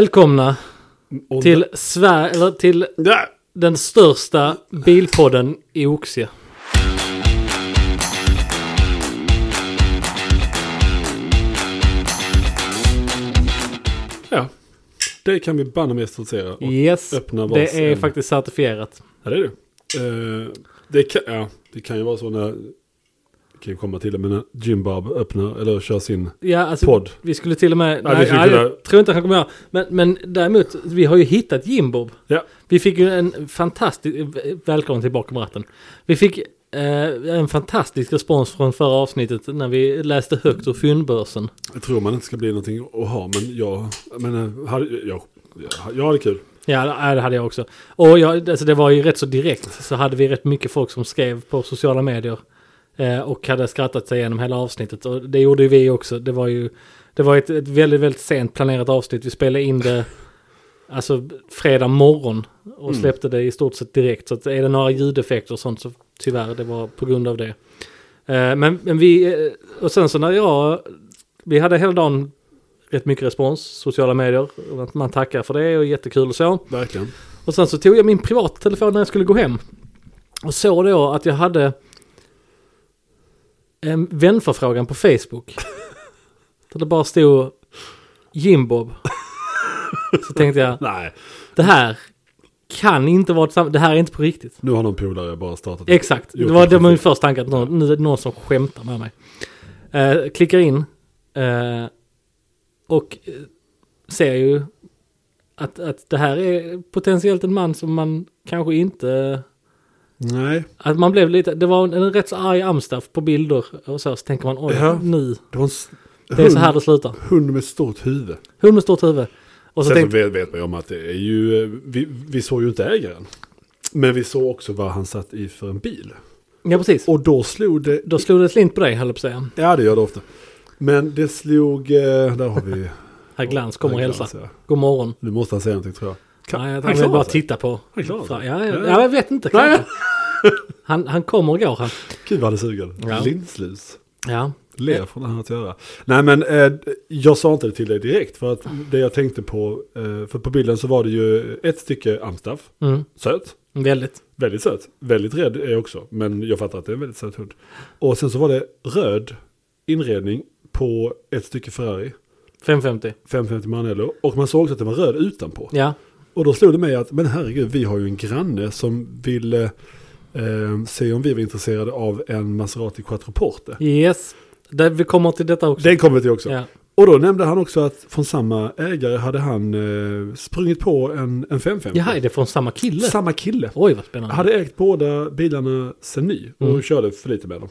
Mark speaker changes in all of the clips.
Speaker 1: Välkomna
Speaker 2: Och-
Speaker 1: till, Sver- eller till
Speaker 2: Ja.
Speaker 1: den största bilpodden i Oxie.
Speaker 2: Ja. Det kan vi banne mig certifiera. Och-
Speaker 1: Yes,
Speaker 2: öppna
Speaker 1: det
Speaker 2: vars
Speaker 1: är
Speaker 2: en.
Speaker 1: faktiskt certifierat.
Speaker 2: Ja, det är det. Eh, det, kan, ja, det kan ju vara så när... Det kan ju komma till det, men när Jim Bob öppnar eller kör sin
Speaker 1: Ja, alltså,
Speaker 2: podd.
Speaker 1: vi skulle till och med...
Speaker 2: Ja, vi
Speaker 1: nej,
Speaker 2: skulle
Speaker 1: nej,
Speaker 2: kunna-
Speaker 1: jag tror inte han kommer göra. Men, men däremot, vi har ju hittat Jim Bob.
Speaker 2: Ja.
Speaker 1: Vi fick ju en fantastisk... Välkommen till bakom ratten. Vi fick eh, en fantastisk respons från förra avsnittet när vi läste högt ur fyndbörsen.
Speaker 2: Jag tror man inte ska bli någonting att ha, men jag... Men, eh, hade, jag, jag, jag hade kul.
Speaker 1: Ja, det hade jag också. Och jag, alltså det var ju rätt så direkt så hade vi rätt mycket folk som skrev på sociala medier eh, och hade skrattat sig igenom hela avsnittet. Och det gjorde ju vi också. Det var ju det var ett, ett väldigt, väldigt sent planerat avsnitt. Vi spelade in det alltså fredag morgon och
Speaker 2: Mm.
Speaker 1: släppte det i stort sett direkt. Så att är det några ljudeffekter och sånt så tyvärr, det var på grund av det. Eh, men, men vi, eh, och sen så när jag, vi hade hela dagen rätt mycket respons, sociala medier. och att Man tackar för det och jättekul och så.
Speaker 2: Verkligen.
Speaker 1: Och sen så tog jag min privata telefon när jag skulle gå hem. Och såg då att jag hade en vänförfrågan på Facebook. Där det bara stod Jimbob. Så tänkte jag,
Speaker 2: Nej,
Speaker 1: det här kan inte vara tillsammans. Det här är inte på riktigt.
Speaker 2: nu har någon polare bara startat.
Speaker 1: Exakt, det var, det var min första tanke att någon, nu är det någon som skämtar med mig. Eh, klickar in eh, och eh, ser ju att, att det här är potentiellt en man som man kanske inte...
Speaker 2: Nej,
Speaker 1: Att man blev lite, det var en, en rätt så arg amstaff på bilder och så, så tänker man oj,
Speaker 2: Ja.
Speaker 1: nu,
Speaker 2: det var en s-
Speaker 1: det är så här det slutar.
Speaker 2: hund med stort huvud.
Speaker 1: Hund med stort huvud. Och så
Speaker 2: Sen
Speaker 1: tänkte,
Speaker 2: så vet, vet man ju om att det är ju, eh, vi, vi såg ju inte ägaren. Men vi såg också vad han satt i för en bil.
Speaker 1: ja precis.
Speaker 2: Och då slog det,
Speaker 1: Då slog det slint på dig, höll jag på att säga.
Speaker 2: ja det gör det ofta. Men det slog, eh, där har vi...
Speaker 1: Herr Glans kommer och
Speaker 2: Glans,
Speaker 1: hälsa.
Speaker 2: ja.
Speaker 1: God morgon.
Speaker 2: Nu måste han säga någonting tror jag. Kan-
Speaker 1: Nej, jag
Speaker 2: han
Speaker 1: han vill
Speaker 2: klarar
Speaker 1: bara
Speaker 2: sig.
Speaker 1: titta på.
Speaker 2: Han klarar sig.
Speaker 1: Ja, ja,
Speaker 2: Ja,
Speaker 1: ja,
Speaker 2: ja.
Speaker 1: jag vet inte.
Speaker 2: Nej.
Speaker 1: kanske. Han, han kommer och går. Han.
Speaker 2: Gud vad det suger.
Speaker 1: Ja.
Speaker 2: Linslus.
Speaker 1: Ja.
Speaker 2: Lev från det här att göra. Nej men eh, jag sa inte det till dig direkt för att det jag tänkte på, eh, för på bilden så var det ju ett stycke amstaff,
Speaker 1: Mm.
Speaker 2: söt,
Speaker 1: Väldigt.
Speaker 2: väldigt söt, väldigt rädd är jag också, men jag fattar att det är en väldigt söt hund. Och sen så var det röd inredning på ett stycke Ferrari,
Speaker 1: 550.
Speaker 2: 550 Maranello, och man såg också att det var röd utanpå.
Speaker 1: Ja.
Speaker 2: Och då slog det mig att, men herregud, vi har ju en granne som ville eh, se om vi var intresserade av en Maserati Quattroporte.
Speaker 1: Yes. Där, vi kommer till detta också.
Speaker 2: Den kommer vi till också.
Speaker 1: Ja.
Speaker 2: Och då nämnde han också att från samma ägare hade han eh, sprungit på en, en 550.
Speaker 1: Jaha, är det från samma kille?
Speaker 2: Samma kille.
Speaker 1: Oj, vad spännande.
Speaker 2: Hade ägt båda bilarna sen ny och
Speaker 1: Mm.
Speaker 2: körde för lite med dem.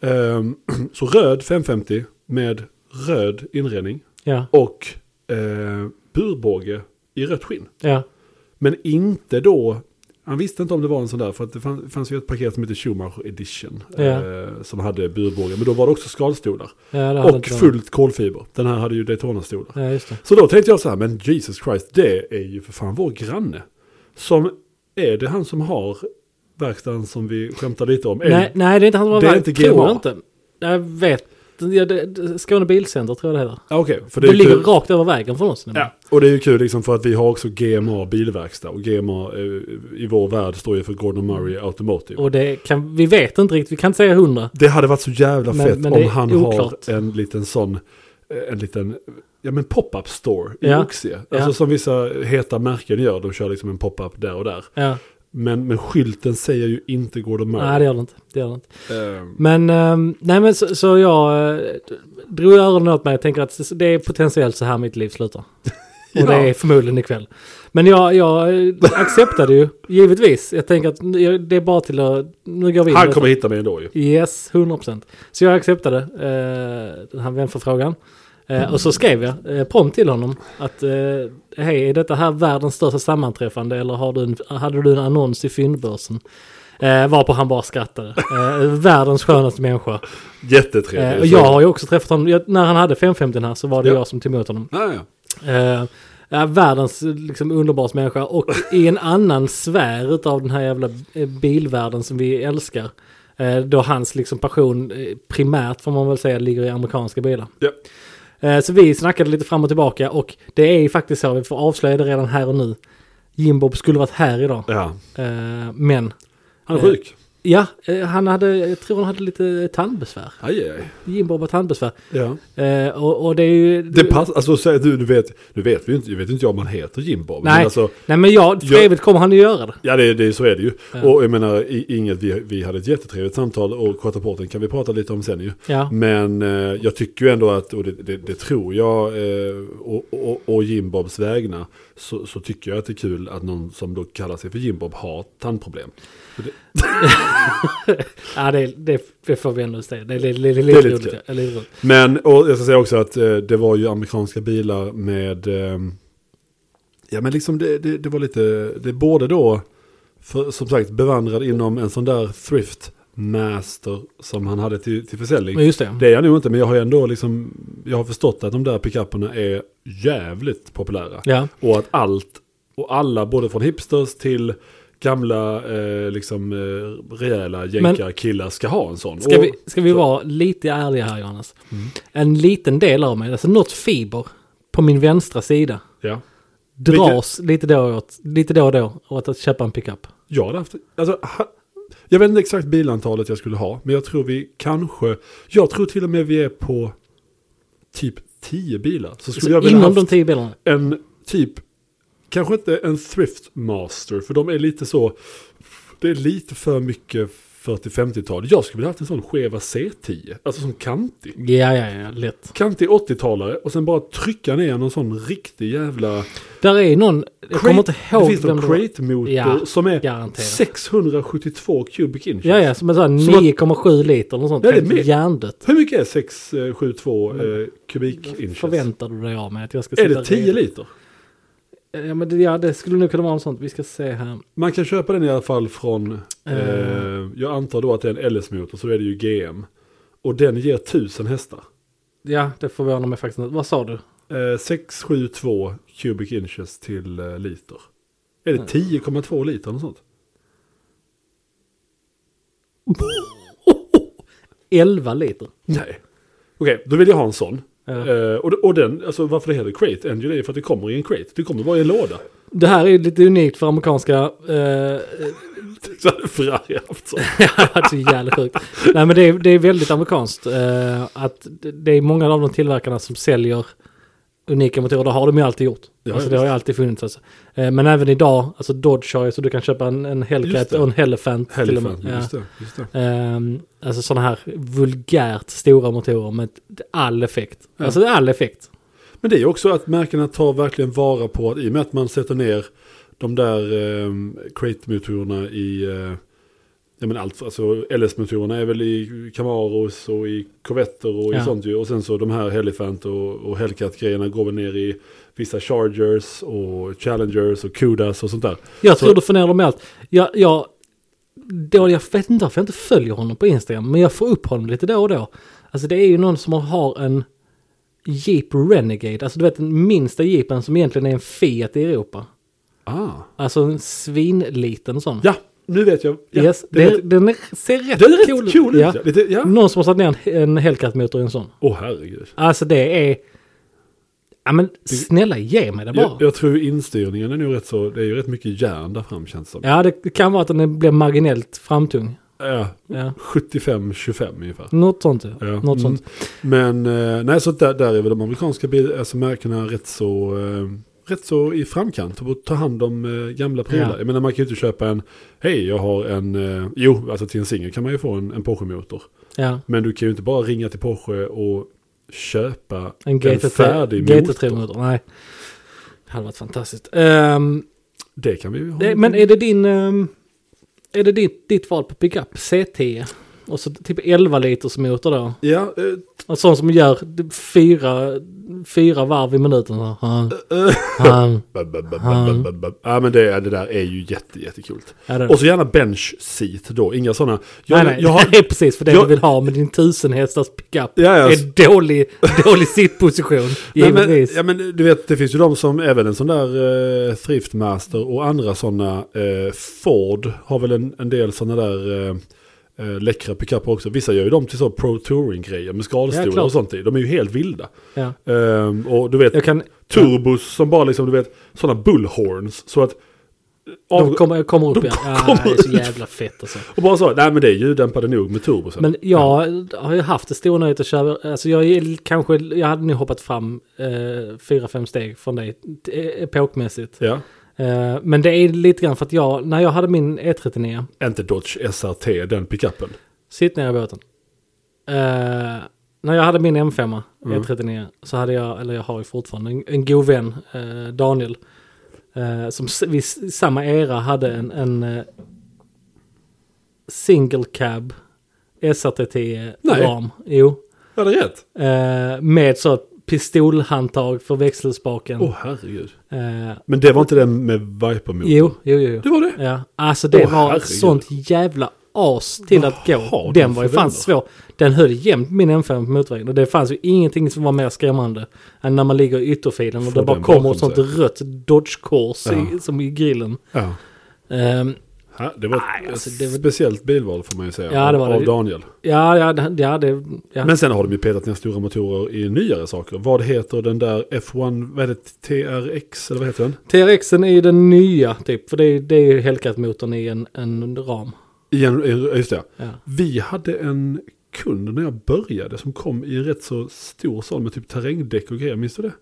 Speaker 2: Ehm, så röd 550 med röd inredning
Speaker 1: Ja.
Speaker 2: och eh, burbåge i rött skinn.
Speaker 1: ja.
Speaker 2: Men inte då, han visste inte om det var en sån där, för att det fanns, fanns ju ett paket som hette Schumacher Edition.
Speaker 1: Ja.
Speaker 2: Eh, som hade burbåge, men då var det också skalstolar.
Speaker 1: ja det hade
Speaker 2: Och
Speaker 1: inte varit.
Speaker 2: fullt kolfiber. Den här hade ju Daytona-stolar.
Speaker 1: Ja, just det.
Speaker 2: Så då tänkte jag så här, men Jesus Christ, det är ju för fan vår granne. Som, är det han som har verkstaden som vi skämtar lite om? Är
Speaker 1: Nej, nej, det är inte han som var
Speaker 2: Det är
Speaker 1: värd.
Speaker 2: inte
Speaker 1: Tror
Speaker 2: GMA.
Speaker 1: jag inte. Jag vet. Ja, det, det, Skåne Bilcenter tror jag det heter.
Speaker 2: Ja, Okej, för
Speaker 1: Det,
Speaker 2: det är
Speaker 1: ligger
Speaker 2: kul.
Speaker 1: rakt över vägen från oss. nämligen.
Speaker 2: Ja, och det är ju kul liksom för att vi har också GMA bilverkstad och GMA eh, i vår värld står ju för Gordon Murray Automotive.
Speaker 1: Och det kan, vi vet inte riktigt, vi kan inte säga hundra.
Speaker 2: Det hade varit så jävla
Speaker 1: Men-
Speaker 2: fett
Speaker 1: men det
Speaker 2: om
Speaker 1: är
Speaker 2: han
Speaker 1: oklart.
Speaker 2: har en liten sån, eh, en liten, ja men pop-up store i
Speaker 1: Ja.
Speaker 2: Oxie. Alltså
Speaker 1: Ja.
Speaker 2: som vissa heta märken gör, de kör liksom en pop-up där och där.
Speaker 1: Ja.
Speaker 2: Men, men skylten säger ju inte Gordon Murray.
Speaker 1: Nej, det gör det inte. Det gör det inte.
Speaker 2: Ehm,
Speaker 1: Men, ehm, nej men så, så jag eh, drog öronen åt mig och tänker att det är potentiellt så här mitt liv slutar. Och det är förmodligen ikväll. Men jag, jag eh, acceptade ju, givetvis. Jag tänker att nu- jag- det är bara till att, nu går vi in. i
Speaker 2: han
Speaker 1: detta.
Speaker 2: kommer hitta mig ändå ju.
Speaker 1: Yes, 100%. Så jag acceptade eh, den här vänförfrågan. Eh, och så skrev jag eh, prompt till honom att eh, hej, är detta här världens största sammanträffande eller har du en, hade du en annons i fyndbörsen? Eh, varpå han bara skrattade. Eh, världens skönaste människa.
Speaker 2: Jättetrevlig.
Speaker 1: Eh, och jag har ju också träffat honom, jag, när han hade 550 här så var det
Speaker 2: Ja.
Speaker 1: jag som tog emot honom.
Speaker 2: Ja, ja.
Speaker 1: Eh, ja, världens liksom, underbaraste människa och i en annan sfär utav den här jävla eh, bilvärlden som vi älskar. Eh, då hans liksom, passion eh, primärt får man väl säga ligger i amerikanska bilar.
Speaker 2: Ja.
Speaker 1: Eh, Så vi snackade lite fram och tillbaka och det är ju faktiskt så, vi får avslöja det redan här och nu. Jim Bob skulle varit här idag.
Speaker 2: Ja.
Speaker 1: Eh, Men,
Speaker 2: Han är sjuk.
Speaker 1: ja, eh, han hade, jag tror han hade lite tandbesvär.
Speaker 2: Aj, aj. Aj.
Speaker 1: Jim Bob har tandbesvär.
Speaker 2: Ja.
Speaker 1: Eh, Och, och det är ju...
Speaker 2: Det passar, alltså säg du, du vet, du vet vi ju inte, jag vet inte jag om han heter Jim Bob.
Speaker 1: Nej,
Speaker 2: Men alltså,
Speaker 1: nej men ja, för
Speaker 2: Jag-
Speaker 1: evigt kommer han ju göra det.
Speaker 2: ja det, det, så är det ju.
Speaker 1: Ja.
Speaker 2: Och jag menar, i, inget, vi, vi hade ett jättetrevligt samtal och kortaporten kan vi prata lite om sen ju.
Speaker 1: Ja.
Speaker 2: Men eh, jag tycker ju ändå att, och det, det, det tror jag, eh, och, och, och Jim Bobs vägnar, så, så tycker jag att det är kul att någon som då kallar sig för Jim Bob har tandproblem.
Speaker 1: Ja, det, det, det får vi ändå se. Det, det, det, det, är
Speaker 2: lite
Speaker 1: lite roligt.
Speaker 2: kul.
Speaker 1: ja. Det är lite roligt.
Speaker 2: Men, och jag ska säga också att eh, det var ju amerikanska bilar med, ehm, ja men liksom det, det, det var lite, det är både då, för, som sagt bevandrad inom en sån där thrift master som han hade till, till försäljning.
Speaker 1: Men just det.
Speaker 2: Det är jag nog inte, men jag har ju ändå liksom, jag har förstått att de där pickuperna är jävligt populära.
Speaker 1: Ja.
Speaker 2: Och att allt, och alla, både från hipsters till gamla, eh, liksom eh, rejäla jänkarkillar ska ha en sån.
Speaker 1: Ska
Speaker 2: och, Mm.
Speaker 1: vi, ska vi
Speaker 2: så-
Speaker 1: vara lite ärliga här Johannes? En liten del av mig, alltså något fiber på min vänstra sida
Speaker 2: Ja.
Speaker 1: dras lite då och åt, lite då och då åt att köpa en pickup.
Speaker 2: Jag hade haft, alltså, ha, jag vet inte exakt bilantalet jag skulle ha, men jag tror vi kanske, jag tror till och med vi är på typ 10 bilar. Så skulle jag
Speaker 1: Så
Speaker 2: vilja
Speaker 1: inom
Speaker 2: haft
Speaker 1: de tio bilarna.
Speaker 2: en typ, kanske inte en thrift master, för de är lite så, det är lite för mycket 40-50-tal. Jag skulle vilja haft en sån skeva C10, alltså som kantig.
Speaker 1: Ja, ja, ja, lätt.
Speaker 2: Kantig 80-talare och sen bara trycka ner någon sån riktig jävla...
Speaker 1: Där är ju någon, jag kommer inte
Speaker 2: det
Speaker 1: ihåg
Speaker 2: finns en
Speaker 1: vem det var.
Speaker 2: crate-motor
Speaker 1: Ja,
Speaker 2: som är
Speaker 1: garanterat.
Speaker 2: 672 cubic inches.
Speaker 1: Ja, ja, som är såhär
Speaker 2: Som att-
Speaker 1: 9,7 liter eller något sånt.
Speaker 2: Nej, det är
Speaker 1: Helt
Speaker 2: mer.
Speaker 1: Hjärndött.
Speaker 2: Hur mycket är 672 eh, kubik inches?
Speaker 1: Mm. Förväntar du dig av mig att jag ska
Speaker 2: Är
Speaker 1: sitta
Speaker 2: det 10
Speaker 1: redo?
Speaker 2: liter?
Speaker 1: Ja, men det, ja, det skulle nog kunna vara något sånt. Vi ska se här.
Speaker 2: Man kan köpa den i alla fall från, eh,
Speaker 1: Eh.
Speaker 2: jag antar då att det är en LS-motor, så är det ju GM. Och den ger 1000 hästar.
Speaker 1: Ja, det förvånar mig faktiskt inte. Vad sa du?
Speaker 2: Eh, 672 cubic inches till eh, liter. Är det
Speaker 1: Mm.
Speaker 2: 10,2 liter eller sånt?
Speaker 1: 11 liter.
Speaker 2: Nej. Okej, då vill jag ha en sån.
Speaker 1: Ja.
Speaker 2: Eh, och, och den, alltså varför det heter crate engine är ju för att det kommer i en crate. Det kommer bara i en låda.
Speaker 1: Det här är ju lite unikt för amerikanska. Eh,
Speaker 2: Så hade Ferrari haft sån.
Speaker 1: det hade varit så jävla sjukt. Nej men det är, det är väldigt amerikanskt. Eh, att det- det är många av de tillverkarna som säljer unika motorer. Det har de ju alltid gjort.
Speaker 2: Ja,
Speaker 1: alltså,
Speaker 2: ja,
Speaker 1: det har ju alltid funnits. Alltså. Eh, men även idag, alltså Dodge har ju så du kan köpa en, en
Speaker 2: Just
Speaker 1: Hellcat
Speaker 2: det.
Speaker 1: och en Hellefant. till och med.
Speaker 2: Helifan, just det. Just det.
Speaker 1: Ehm, alltså sådana här vulgärt stora motorer med all effekt.
Speaker 2: Ja.
Speaker 1: Alltså all effekt.
Speaker 2: Men det är också att märkena tar verkligen vara på att i och med att man sätter ner de där eh, crate-motorerna i, eh, ja men allt, alltså LS-motorerna är väl i Camaros och i Corvetter och
Speaker 1: Ja.
Speaker 2: i sånt ju. Och sen så de här Helifant och, och Hellcat-grejerna går väl ner i vissa Chargers och Challengers och Kudas och sånt där.
Speaker 1: Jag
Speaker 2: Så-
Speaker 1: tror du får ner dem i allt. Jag, jag, då, jag vet inte varför jag inte följer honom på Instagram, men jag får upp honom lite då och då. Alltså det är ju någon som har en Jeep Renegade, alltså du vet den minsta jeepen som egentligen är en Fiat i Europa.
Speaker 2: Ah.
Speaker 1: Alltså en svinliten sån.
Speaker 2: Ja, nu vet jag. Ja,
Speaker 1: yes,
Speaker 2: det,
Speaker 1: det, den är, ser rätt,
Speaker 2: det är
Speaker 1: cool
Speaker 2: rätt cool ut.
Speaker 1: Ja.
Speaker 2: Ja. Lite, ja.
Speaker 1: Någon som har satt ner en, en Hellcat-motor i en sån.
Speaker 2: Åh herregud.
Speaker 1: Alltså det är... Ja men snälla ge mig det bara.
Speaker 2: Jag, jag tror instyrningen är nog rätt så, det är ju rätt mycket järn där fram känns det som.
Speaker 1: Ja det kan vara att den blir marginellt framtung.
Speaker 2: Ja,
Speaker 1: Ja.
Speaker 2: 75-25 ungefär.
Speaker 1: Något sånt. Ja.
Speaker 2: Ja.
Speaker 1: Mm, Något sånt.
Speaker 2: Men eh, nej, så där, där är väl de amerikanska bil, alltså märkena rätt så, eh, rätt så i framkant och ta hand om eh, gamla prylar.
Speaker 1: Ja.
Speaker 2: Jag menar man kan ju inte köpa en, hej jag har en, eh, jo alltså till en singel kan man ju få en, en Porsche-motor.
Speaker 1: Ja.
Speaker 2: Men du kan ju inte bara ringa till Porsche och köpa
Speaker 1: En GT3.
Speaker 2: färdig
Speaker 1: GT3
Speaker 2: motor.
Speaker 1: motor. Nej. Det hade varit fantastiskt. Ehm,
Speaker 2: Det kan vi ju ha.
Speaker 1: det, men är det din... ehm, är det ditt, ditt val på pickup? C10? Och så typ 11 liters motor då?
Speaker 2: Ja, eh,
Speaker 1: En sån som gör fyra, fyra varv i minuten. Så. Ja. Ja.
Speaker 2: ba, ba, ba, ba, ba, ba. ja men det, det där är ju jätte, jättekul.
Speaker 1: Ja, det är det.
Speaker 2: Och så gärna bench seat då, inga sådana.
Speaker 1: nej, nej,
Speaker 2: jag har,
Speaker 1: det är precis för det
Speaker 2: jag-
Speaker 1: du vill ha med din 1000 hästars pickup.
Speaker 2: Ja, ja.
Speaker 1: är dålig, dålig sittposition,
Speaker 2: Nej, men,
Speaker 1: givetvis.
Speaker 2: ja, men du vet, det finns ju de som även en sån där eh, Thriftmaster och andra sådana. Eh, Ford har väl en, en del sådana där eh, eh, läckra pickuper också. Vissa gör ju dem till så pro touring-grejer med skalstolar
Speaker 1: Ja, klart.
Speaker 2: och sånt i. De är ju helt vilda.
Speaker 1: Ja.
Speaker 2: Ehm, och du vet,
Speaker 1: Jag kan...
Speaker 2: turbos som bara liksom, du vet, sådana bullhorns. Så att...
Speaker 1: De kommer, kommer upp
Speaker 2: de
Speaker 1: igen.
Speaker 2: kommer
Speaker 1: Ja, det är så
Speaker 2: ut.
Speaker 1: jävla fett alltså.
Speaker 2: Och bara så, nej men det är ljuddämpade nog med turbosen.
Speaker 1: Men jag har ju haft det stora nöjet att köra. Alltså jag är kanske, jag hade nog hoppat fram eh, fyra, fem steg från dig eh, epokmässigt.
Speaker 2: Ja,
Speaker 1: Eh, men det är lite grann för att jag, när jag hade min E E39,
Speaker 2: inte Dodge SRT, den pickupen.
Speaker 1: sitt ner i båten. Eh, när jag hade min M5, E39, så hade jag, eller jag har ju fortfarande, en, en god vän, eh, Daniel. Eh, som s- vid s- samma era hade en, en eh, single cab SRT10
Speaker 2: Nej.
Speaker 1: E ram. Jo.
Speaker 2: Ja, det är rätt.
Speaker 1: Eh, med så ett pistolhandtag för växelspaken.
Speaker 2: Åh oh, herregud.
Speaker 1: Eh,
Speaker 2: Men det var inte den med Viper-motorn?
Speaker 1: jo, jo, jo.
Speaker 2: Det var det?
Speaker 1: Ja. Alltså det
Speaker 2: Åh,
Speaker 1: var
Speaker 2: herregud.
Speaker 1: ett sånt jävla as till
Speaker 2: Vad
Speaker 1: att
Speaker 2: har
Speaker 1: gå.
Speaker 2: den
Speaker 1: Den var ju
Speaker 2: för
Speaker 1: fan
Speaker 2: vänner?
Speaker 1: svår. Den höll jämt min M5 på motorvägen. Och det fanns ju ingenting som var mer skrämmande än när man ligger i ytterfilen och
Speaker 2: Får
Speaker 1: det bara
Speaker 2: den
Speaker 1: kommer
Speaker 2: bakom
Speaker 1: ett sånt
Speaker 2: sig.
Speaker 1: rött Dodge-kors
Speaker 2: Ja.
Speaker 1: i, som i grillen.
Speaker 2: Ja.
Speaker 1: Ehm,
Speaker 2: Ja, det var ett
Speaker 1: Nej, alltså, det var-
Speaker 2: speciellt bilval får man ju säga.
Speaker 1: Ja, det var
Speaker 2: av
Speaker 1: det.
Speaker 2: Daniel.
Speaker 1: ja, ja, det- ja, det... Ja.
Speaker 2: Men sen har de ju petat ner stora motorer i nyare saker. Vad heter den där F1, vad är det, TRX eller vad heter den?
Speaker 1: TRXen är ju den nya typ. För det är, det är ju Hellcat-motorn i en, en ram.
Speaker 2: I en, i- ja, just det.
Speaker 1: Ja.
Speaker 2: Vi hade en kund när jag började som kom i en rätt så stor sal med typ terrängdäck och grejer, minns du det?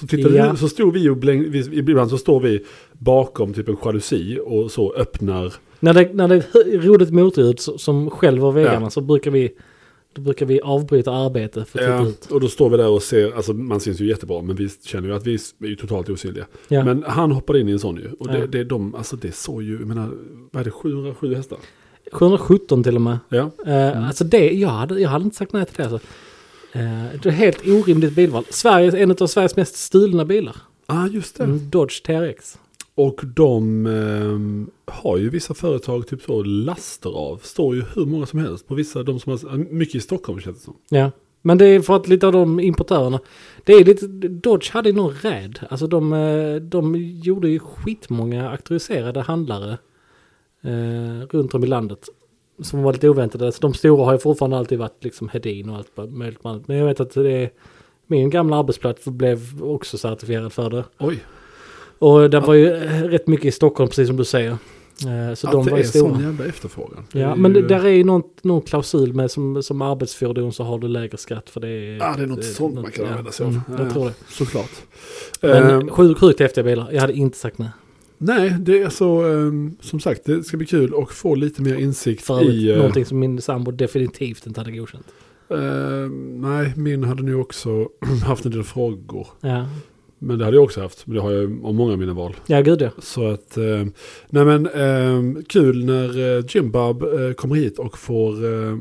Speaker 2: Så, tittade
Speaker 1: Ja.
Speaker 2: vi, så stod vi och bläng, vi, ibland så står vi bakom typ en jalusi och så öppnar
Speaker 1: När det, när det är ett hö- roligt motljud så- som skälver väggarna
Speaker 2: Ja.
Speaker 1: så brukar vi, då brukar vi avbryta arbete för att titta
Speaker 2: Ja,
Speaker 1: ut.
Speaker 2: och då står vi där och ser, alltså man syns ju jättebra, men vi känner ju att vi är ju totalt osynliga.
Speaker 1: Ja.
Speaker 2: Men han hoppade in i en sån ju, och det,
Speaker 1: Ja.
Speaker 2: det är de, alltså det såg ju, jag menar, vad är det, sju, sju hästar?
Speaker 1: 717 till och med.
Speaker 2: Ja,
Speaker 1: Eh, Alltså det, jag hade, jag hade inte sagt nej till det alltså. Eh, det är helt orimligt bilval. Sveriges, en av Sveriges mest stulna bilar.
Speaker 2: ah, just det.
Speaker 1: En Dodge TRX.
Speaker 2: Och de ehm, har ju vissa företag typ så laster av, står ju hur många som helst på vissa, de som har, mycket i Stockholm känns det som.
Speaker 1: Ja. Men det är för att lite av de importörerna. Det är lite, Dodge hade ju någon räd. Alltså de, eh, de gjorde ju skitmånga auktoriserade handlare eh, runt om i landet. Som var lite oväntade. Så de stora har ju fortfarande alltid varit liksom Hedin och allt vad möjligt. med allt. Men jag vet att det är, min gamla arbetsplats blev också certifierad för det.
Speaker 2: Oj,
Speaker 1: Och det var ju eh, rätt mycket i Stockholm precis som du säger. Eh, så
Speaker 2: att
Speaker 1: de
Speaker 2: det
Speaker 1: var
Speaker 2: är
Speaker 1: ju stora.
Speaker 2: sån jävla efterfrågan.
Speaker 1: Ja,
Speaker 2: är
Speaker 1: men det,
Speaker 2: ju-
Speaker 1: där är ju någon, någon klausul med som, som arbetsfordon så har du lägre skatt för det är...
Speaker 2: Ah, det är något sånt man kan använda sig av.
Speaker 1: Mm,
Speaker 2: Ja,
Speaker 1: jag
Speaker 2: ja.
Speaker 1: tror det.
Speaker 2: Såklart. Ehm,
Speaker 1: Men eh, sjukt, sjukt häftiga bilar. Jag hade inte sagt nej.
Speaker 2: nej, det är så, ehm, som sagt, det ska bli kul och få lite mer insikt
Speaker 1: För övrigt,
Speaker 2: i... eh,
Speaker 1: någonting som min sambo definitivt inte hade godkänt.
Speaker 2: Eh, nej, min hade nu också haft en del frågor.
Speaker 1: Ja,
Speaker 2: Men det hade jag också haft. Men det har jag om många av mina val.
Speaker 1: ja gud ja.
Speaker 2: Så att, eh, nej men eh, kul när eh, Jimbab eh, kommer hit och får... Eh,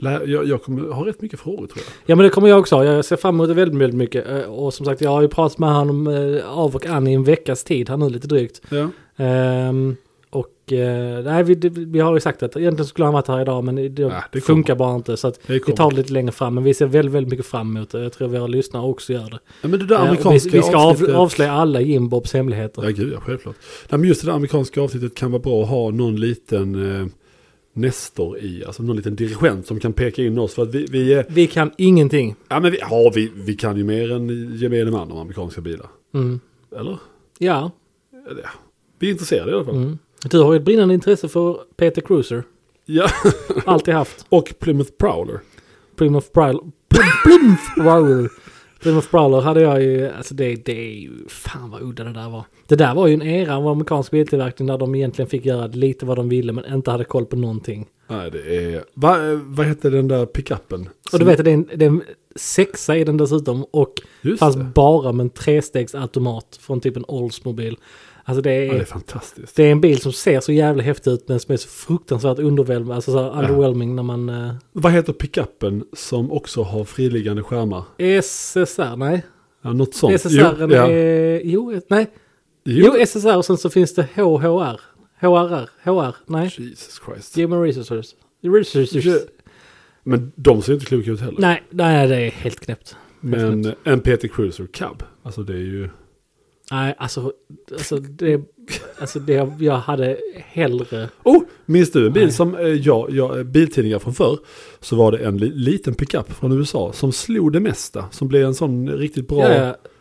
Speaker 2: lä- jag, jag kommer ha rätt mycket frågor tror jag.
Speaker 1: Ja men det kommer jag också ha. Jag ser fram emot det väldigt, väldigt mycket. Eh, Och som sagt jag har ju pratat med honom eh, av och an i en veckas tid här nu lite drygt.
Speaker 2: Ja.
Speaker 1: Ehm, och eh, nej, vi, vi har ju sagt att egentligen skulle han varit här idag men det,
Speaker 2: Ja, det
Speaker 1: funkar bara inte. Så att
Speaker 2: Det
Speaker 1: vi
Speaker 2: kommer.
Speaker 1: tar det lite längre fram. Men vi ser väldigt, väldigt mycket fram emot det. Jag tror våra lyssnare också gör det.
Speaker 2: ja, men det där
Speaker 1: Eh, och vi,
Speaker 2: amerikanska
Speaker 1: vi ska av,
Speaker 2: avsnittet-
Speaker 1: avslöja alla Jim Bobs hemligheter.
Speaker 2: Ja, gud ja, självklart. Nej, men just det där amerikanska avsnittet kan vara bra att ha någon liten eh, nestor i. Alltså någon liten dirigent som kan peka in oss. För att vi, vi är...
Speaker 1: Vi kan ingenting.
Speaker 2: Ja, men vi, ja, vi, vi kan ju mer än gemene man om amerikanska bilar.
Speaker 1: Mm.
Speaker 2: Eller?
Speaker 1: Ja,
Speaker 2: Eller, ja. Vi är intresserade i alla fall.
Speaker 1: mm. du har ju ett brinnande intresse för Peter Cruiser.
Speaker 2: Ja.
Speaker 1: Alltid haft.
Speaker 2: Och Plymouth Prowler.
Speaker 1: Plymouth Prowler. Plymouth Prowler. Plymouth Prowler hade jag ju, alltså det, det är ju, fan vad udda det där var. Det där var ju en era av amerikansk biltillverkning där de egentligen fick göra lite vad de ville men inte hade koll på någonting.
Speaker 2: Nej, det är... Va, vad hette den där pickuppen?
Speaker 1: Och du vet, det är en, det är en sexa i den dessutom och
Speaker 2: Just
Speaker 1: fanns
Speaker 2: det.
Speaker 1: bara med en trestegsautomat från typ en Oldsmobile. Alltså det är,
Speaker 2: Ja, det är fantastiskt.
Speaker 1: det är en bil som ser så jävla häftig ut men som är så fruktansvärt underwhelming, alltså så här underwhelming när man... eh,
Speaker 2: Vad heter pickuppen som också har friliggande skärmar?
Speaker 1: SSR, nej.
Speaker 2: Ja, något sånt.
Speaker 1: SSR
Speaker 2: jo, ja.
Speaker 1: är... Jo, eh, nej. Jo,
Speaker 2: jo.
Speaker 1: SSR och sen så finns det HHR. HRR, HR, nej.
Speaker 2: Jesus Christ.
Speaker 1: Human Resources. Resources.
Speaker 2: Ja. Men de ser inte kloka ut heller.
Speaker 1: Nej, nej, det är helt knäppt.
Speaker 2: Men en Peter Cruiser Cab. Alltså det är ju...
Speaker 1: Nej, alltså, alltså det, alltså det jag, jag hade hellre...
Speaker 2: Oh, minns du en bil
Speaker 1: Nej.
Speaker 2: som, eh, ja, ja, eh, biltidningar från förr, så var det en li, liten pickup från USA som slog det mesta, som blev en sån riktigt bra...
Speaker 1: Ja,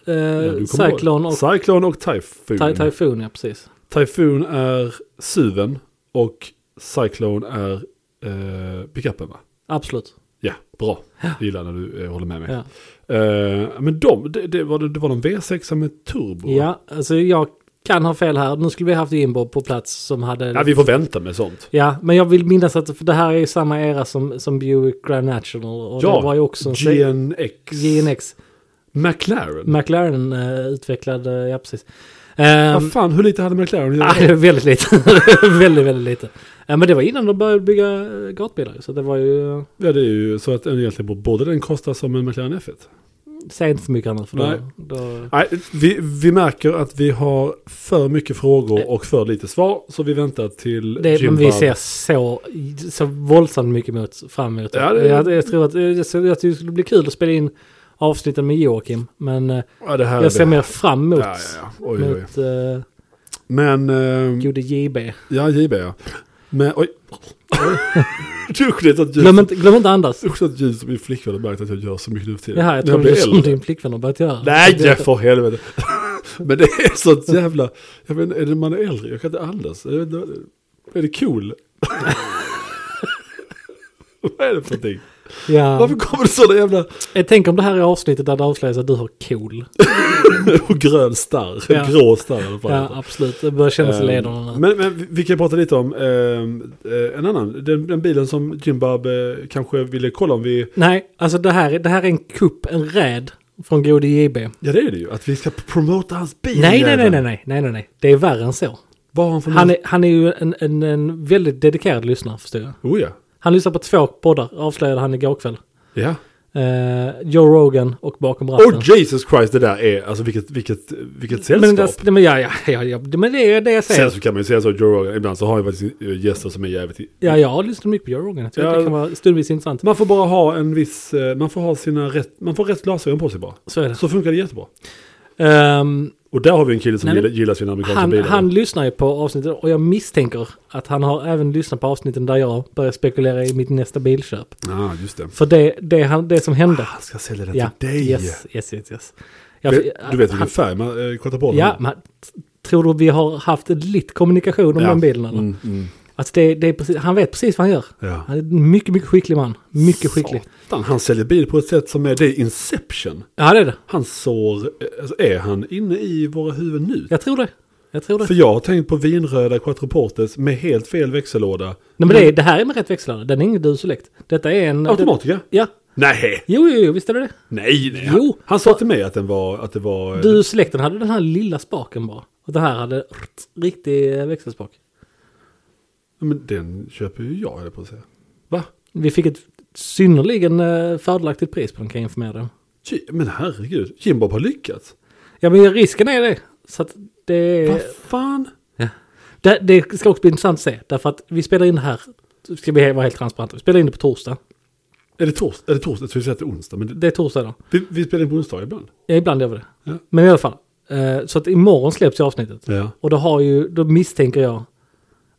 Speaker 1: ja. Eh,
Speaker 2: Ja, du kommer
Speaker 1: Cyclone
Speaker 2: ihåg.
Speaker 1: och
Speaker 2: Cyclone och Typhoon.
Speaker 1: Ty- Typhoon, ja precis.
Speaker 2: Typhoon är suven och Cyclone är eh, pickupen va?
Speaker 1: Absolut.
Speaker 2: Ja, bra. Jag gillar när du eh, håller med mig.
Speaker 1: Ja.
Speaker 2: Eh, men de, det, det, var, det var någon V6 med turbo. va?
Speaker 1: ja, alltså jag kan ha fel här. Nu skulle vi haft Inbob på plats som hade...
Speaker 2: ja, vi får vänta med sånt.
Speaker 1: Ja, men jag vill minnas att för det här är ju samma era som, som Buick Grand National. Och
Speaker 2: Ja,
Speaker 1: det var ju också en
Speaker 2: GNX.
Speaker 1: GNX.
Speaker 2: McLaren.
Speaker 1: McLaren eh, utvecklade, ja precis. Ehm,
Speaker 2: Vad fan, hur lite hade McLaren att göra?
Speaker 1: ah, det är väldigt lite. väldigt, väldigt lite. Eh, men det var innan de började bygga eh, gatbilar. Så det var ju, eh,
Speaker 2: Ja, det är ju så att den egentligen borde- borde den kosta som en McLaren F1.
Speaker 1: säg inte för mycket annat. För då,
Speaker 2: Nej.
Speaker 1: då,
Speaker 2: Nej, vi, vi märker att vi har för mycket frågor och för lite svar, så vi väntar till
Speaker 1: Eh. det,
Speaker 2: Jim
Speaker 1: men vi
Speaker 2: Barb.
Speaker 1: ser så, så våldsamt mycket mot, fram emot.
Speaker 2: Ja, det-
Speaker 1: jag, jag tror att, jag tror att det skulle bli kul att spela in avsnitten med Joakim. Men eh,
Speaker 2: Ja, det här
Speaker 1: jag ser
Speaker 2: det.
Speaker 1: mer fram emot,
Speaker 2: Ja, ja, ja. Oj, Mm. oj.
Speaker 1: mot eh,
Speaker 2: Men, eh,
Speaker 1: gode JB.
Speaker 2: ja, JB ja. Men, oj. Duktigt att ljud,
Speaker 1: Glöm inte, glöm inte andas.
Speaker 2: också att ljud som min flickvän har märkt att jag gör så mycket nu för tiden.
Speaker 1: Jaha, jag
Speaker 2: När
Speaker 1: trodde
Speaker 2: blir
Speaker 1: det som
Speaker 2: äldre.
Speaker 1: din flickvän har börjat göra.
Speaker 2: Nej,
Speaker 1: Det-
Speaker 2: jag för helvete. Men det är sånt jävla, jag vet inte, är det man är äldre? Jag kan inte andas. Är det, är det cool? Vad är det för någonting?
Speaker 1: Ja.
Speaker 2: Varför kommer det sådana jävla
Speaker 1: Jag tänker om det här är avsnittet där det avslöjas att du har cool.
Speaker 2: och grön starr?
Speaker 1: Ja.
Speaker 2: Grå starr eller vad det
Speaker 1: Ja,
Speaker 2: heter.
Speaker 1: absolut. Det börjar kännas i
Speaker 2: Eh,
Speaker 1: lederna nu.
Speaker 2: men, men vi- vi kan prata lite om eh, eh, en annan. Den, den bilen som Jimbab eh, kanske ville kolla om vi...
Speaker 1: Nej, alltså det här, är- det här är en kupp, en räd från gode JB.
Speaker 2: Ja det är det ju. Att vi ska promota hans bil.
Speaker 1: Nej, nej, nej,
Speaker 2: jäveln.
Speaker 1: nej, nej, nej, nej, nej. Det är värre än så.
Speaker 2: Vad har han för
Speaker 1: Han är, han är ju en, en, en väldigt dedikerad lyssnare, förstår jag.
Speaker 2: Oh ja.
Speaker 1: Han lyssnar på två poddar, avslöjade han igår kväll.
Speaker 2: Ja.
Speaker 1: Eh, Joe Rogan och Bakom ratten.
Speaker 2: Oh Jesus Christ, det där är alltså vilket, vilket, vilket
Speaker 1: Alltså. men,
Speaker 2: sällskap.
Speaker 1: det, men, ja, ja, ja, ja, men det är det jag säger.
Speaker 2: Sen så kan man ju säga så, Joe Rogan, ibland så har han ju faktiskt eh, gäster som är jävligt... i-
Speaker 1: Ja, jag har lyssnat mycket på Joe Rogan. Jag tror
Speaker 2: Ja.
Speaker 1: att det kan vara stundvis intressant.
Speaker 2: Man får bara ha en viss, eh, man får ha sina rätt, man får rätt glasögon på sig bara.
Speaker 1: Så är det.
Speaker 2: Så funkar det jättebra.
Speaker 1: Ehm,
Speaker 2: Och där har vi en kille som
Speaker 1: Nej, men-
Speaker 2: gillar, gillar sina amerikanska
Speaker 1: han,
Speaker 2: bilar.
Speaker 1: han lyssnar ju på avsnittet och jag misstänker att han har även lyssnat på avsnitten där jag börjar spekulera i mitt nästa bilköp.
Speaker 2: Ja, ah, just det.
Speaker 1: För det, det, han, det som hände.
Speaker 2: Han ska sälja den
Speaker 1: Ja,
Speaker 2: till dig.
Speaker 1: yes, yes, yes. yes. Jag,
Speaker 2: Du, du vet vilken
Speaker 1: Alltså, han,
Speaker 2: färg man eh, kollar på
Speaker 1: Ja, men han- tror du vi har haft lite kommunikation om
Speaker 2: Ja.
Speaker 1: den bilen? Eller?
Speaker 2: Mm, mm,
Speaker 1: Alltså det, det är precis, han vet precis vad han gör.
Speaker 2: ja.
Speaker 1: Han är en mycket, mycket skicklig man. Mycket skicklig.
Speaker 2: Satan, han säljer bil på ett sätt som är, det är Inception.
Speaker 1: Ja, det är det.
Speaker 2: Han sår, eh, alltså, är han inne i våra huvuden nu?
Speaker 1: Jag tror det. Jag tror det.
Speaker 2: För jag har tänkt på vinröda quattroportes med helt fel växellåda.
Speaker 1: Nej, men det, är- det här är med rätt växellåda. Den är ingen du select. Detta är en...
Speaker 2: Automatiker?
Speaker 1: Ja.
Speaker 2: Nej,
Speaker 1: Jo, jo, jo, visst är det det.
Speaker 2: nej, nej.
Speaker 1: Jo.
Speaker 2: Han, han sa till mig att den var, att det var... eh,
Speaker 1: Du selekten hade den här lilla spaken bara. Och det här hade rrt, riktig eh, växelspak.
Speaker 2: Men den köper ju jag, eller på att säga. Va?
Speaker 1: Vi fick ett synnerligen eh, fördelaktigt pris på den kan jag informera dig om.
Speaker 2: J- Men herregud, Jimbo har lyckats.
Speaker 1: Ja, men risken är det. Så att det
Speaker 2: Vad
Speaker 1: är...
Speaker 2: fan?
Speaker 1: Det, det ska också bli intressant att se. Därför att vi spelar in det här. Ska vi vara helt transparenta. Vi spelar in det på torsdag.
Speaker 2: Är det torsdag? Är det torsdag? Jag tror jag att det är onsdag, men det,
Speaker 1: Det är torsdag idag.
Speaker 2: vi, vi spelar in på onsdag ibland.
Speaker 1: Ja, ibland gör vi det.
Speaker 2: Ja.
Speaker 1: Men i alla fall. Eh, så att imorgon släpps ju avsnittet.
Speaker 2: Ja.
Speaker 1: Och då, har ju, då misstänker jag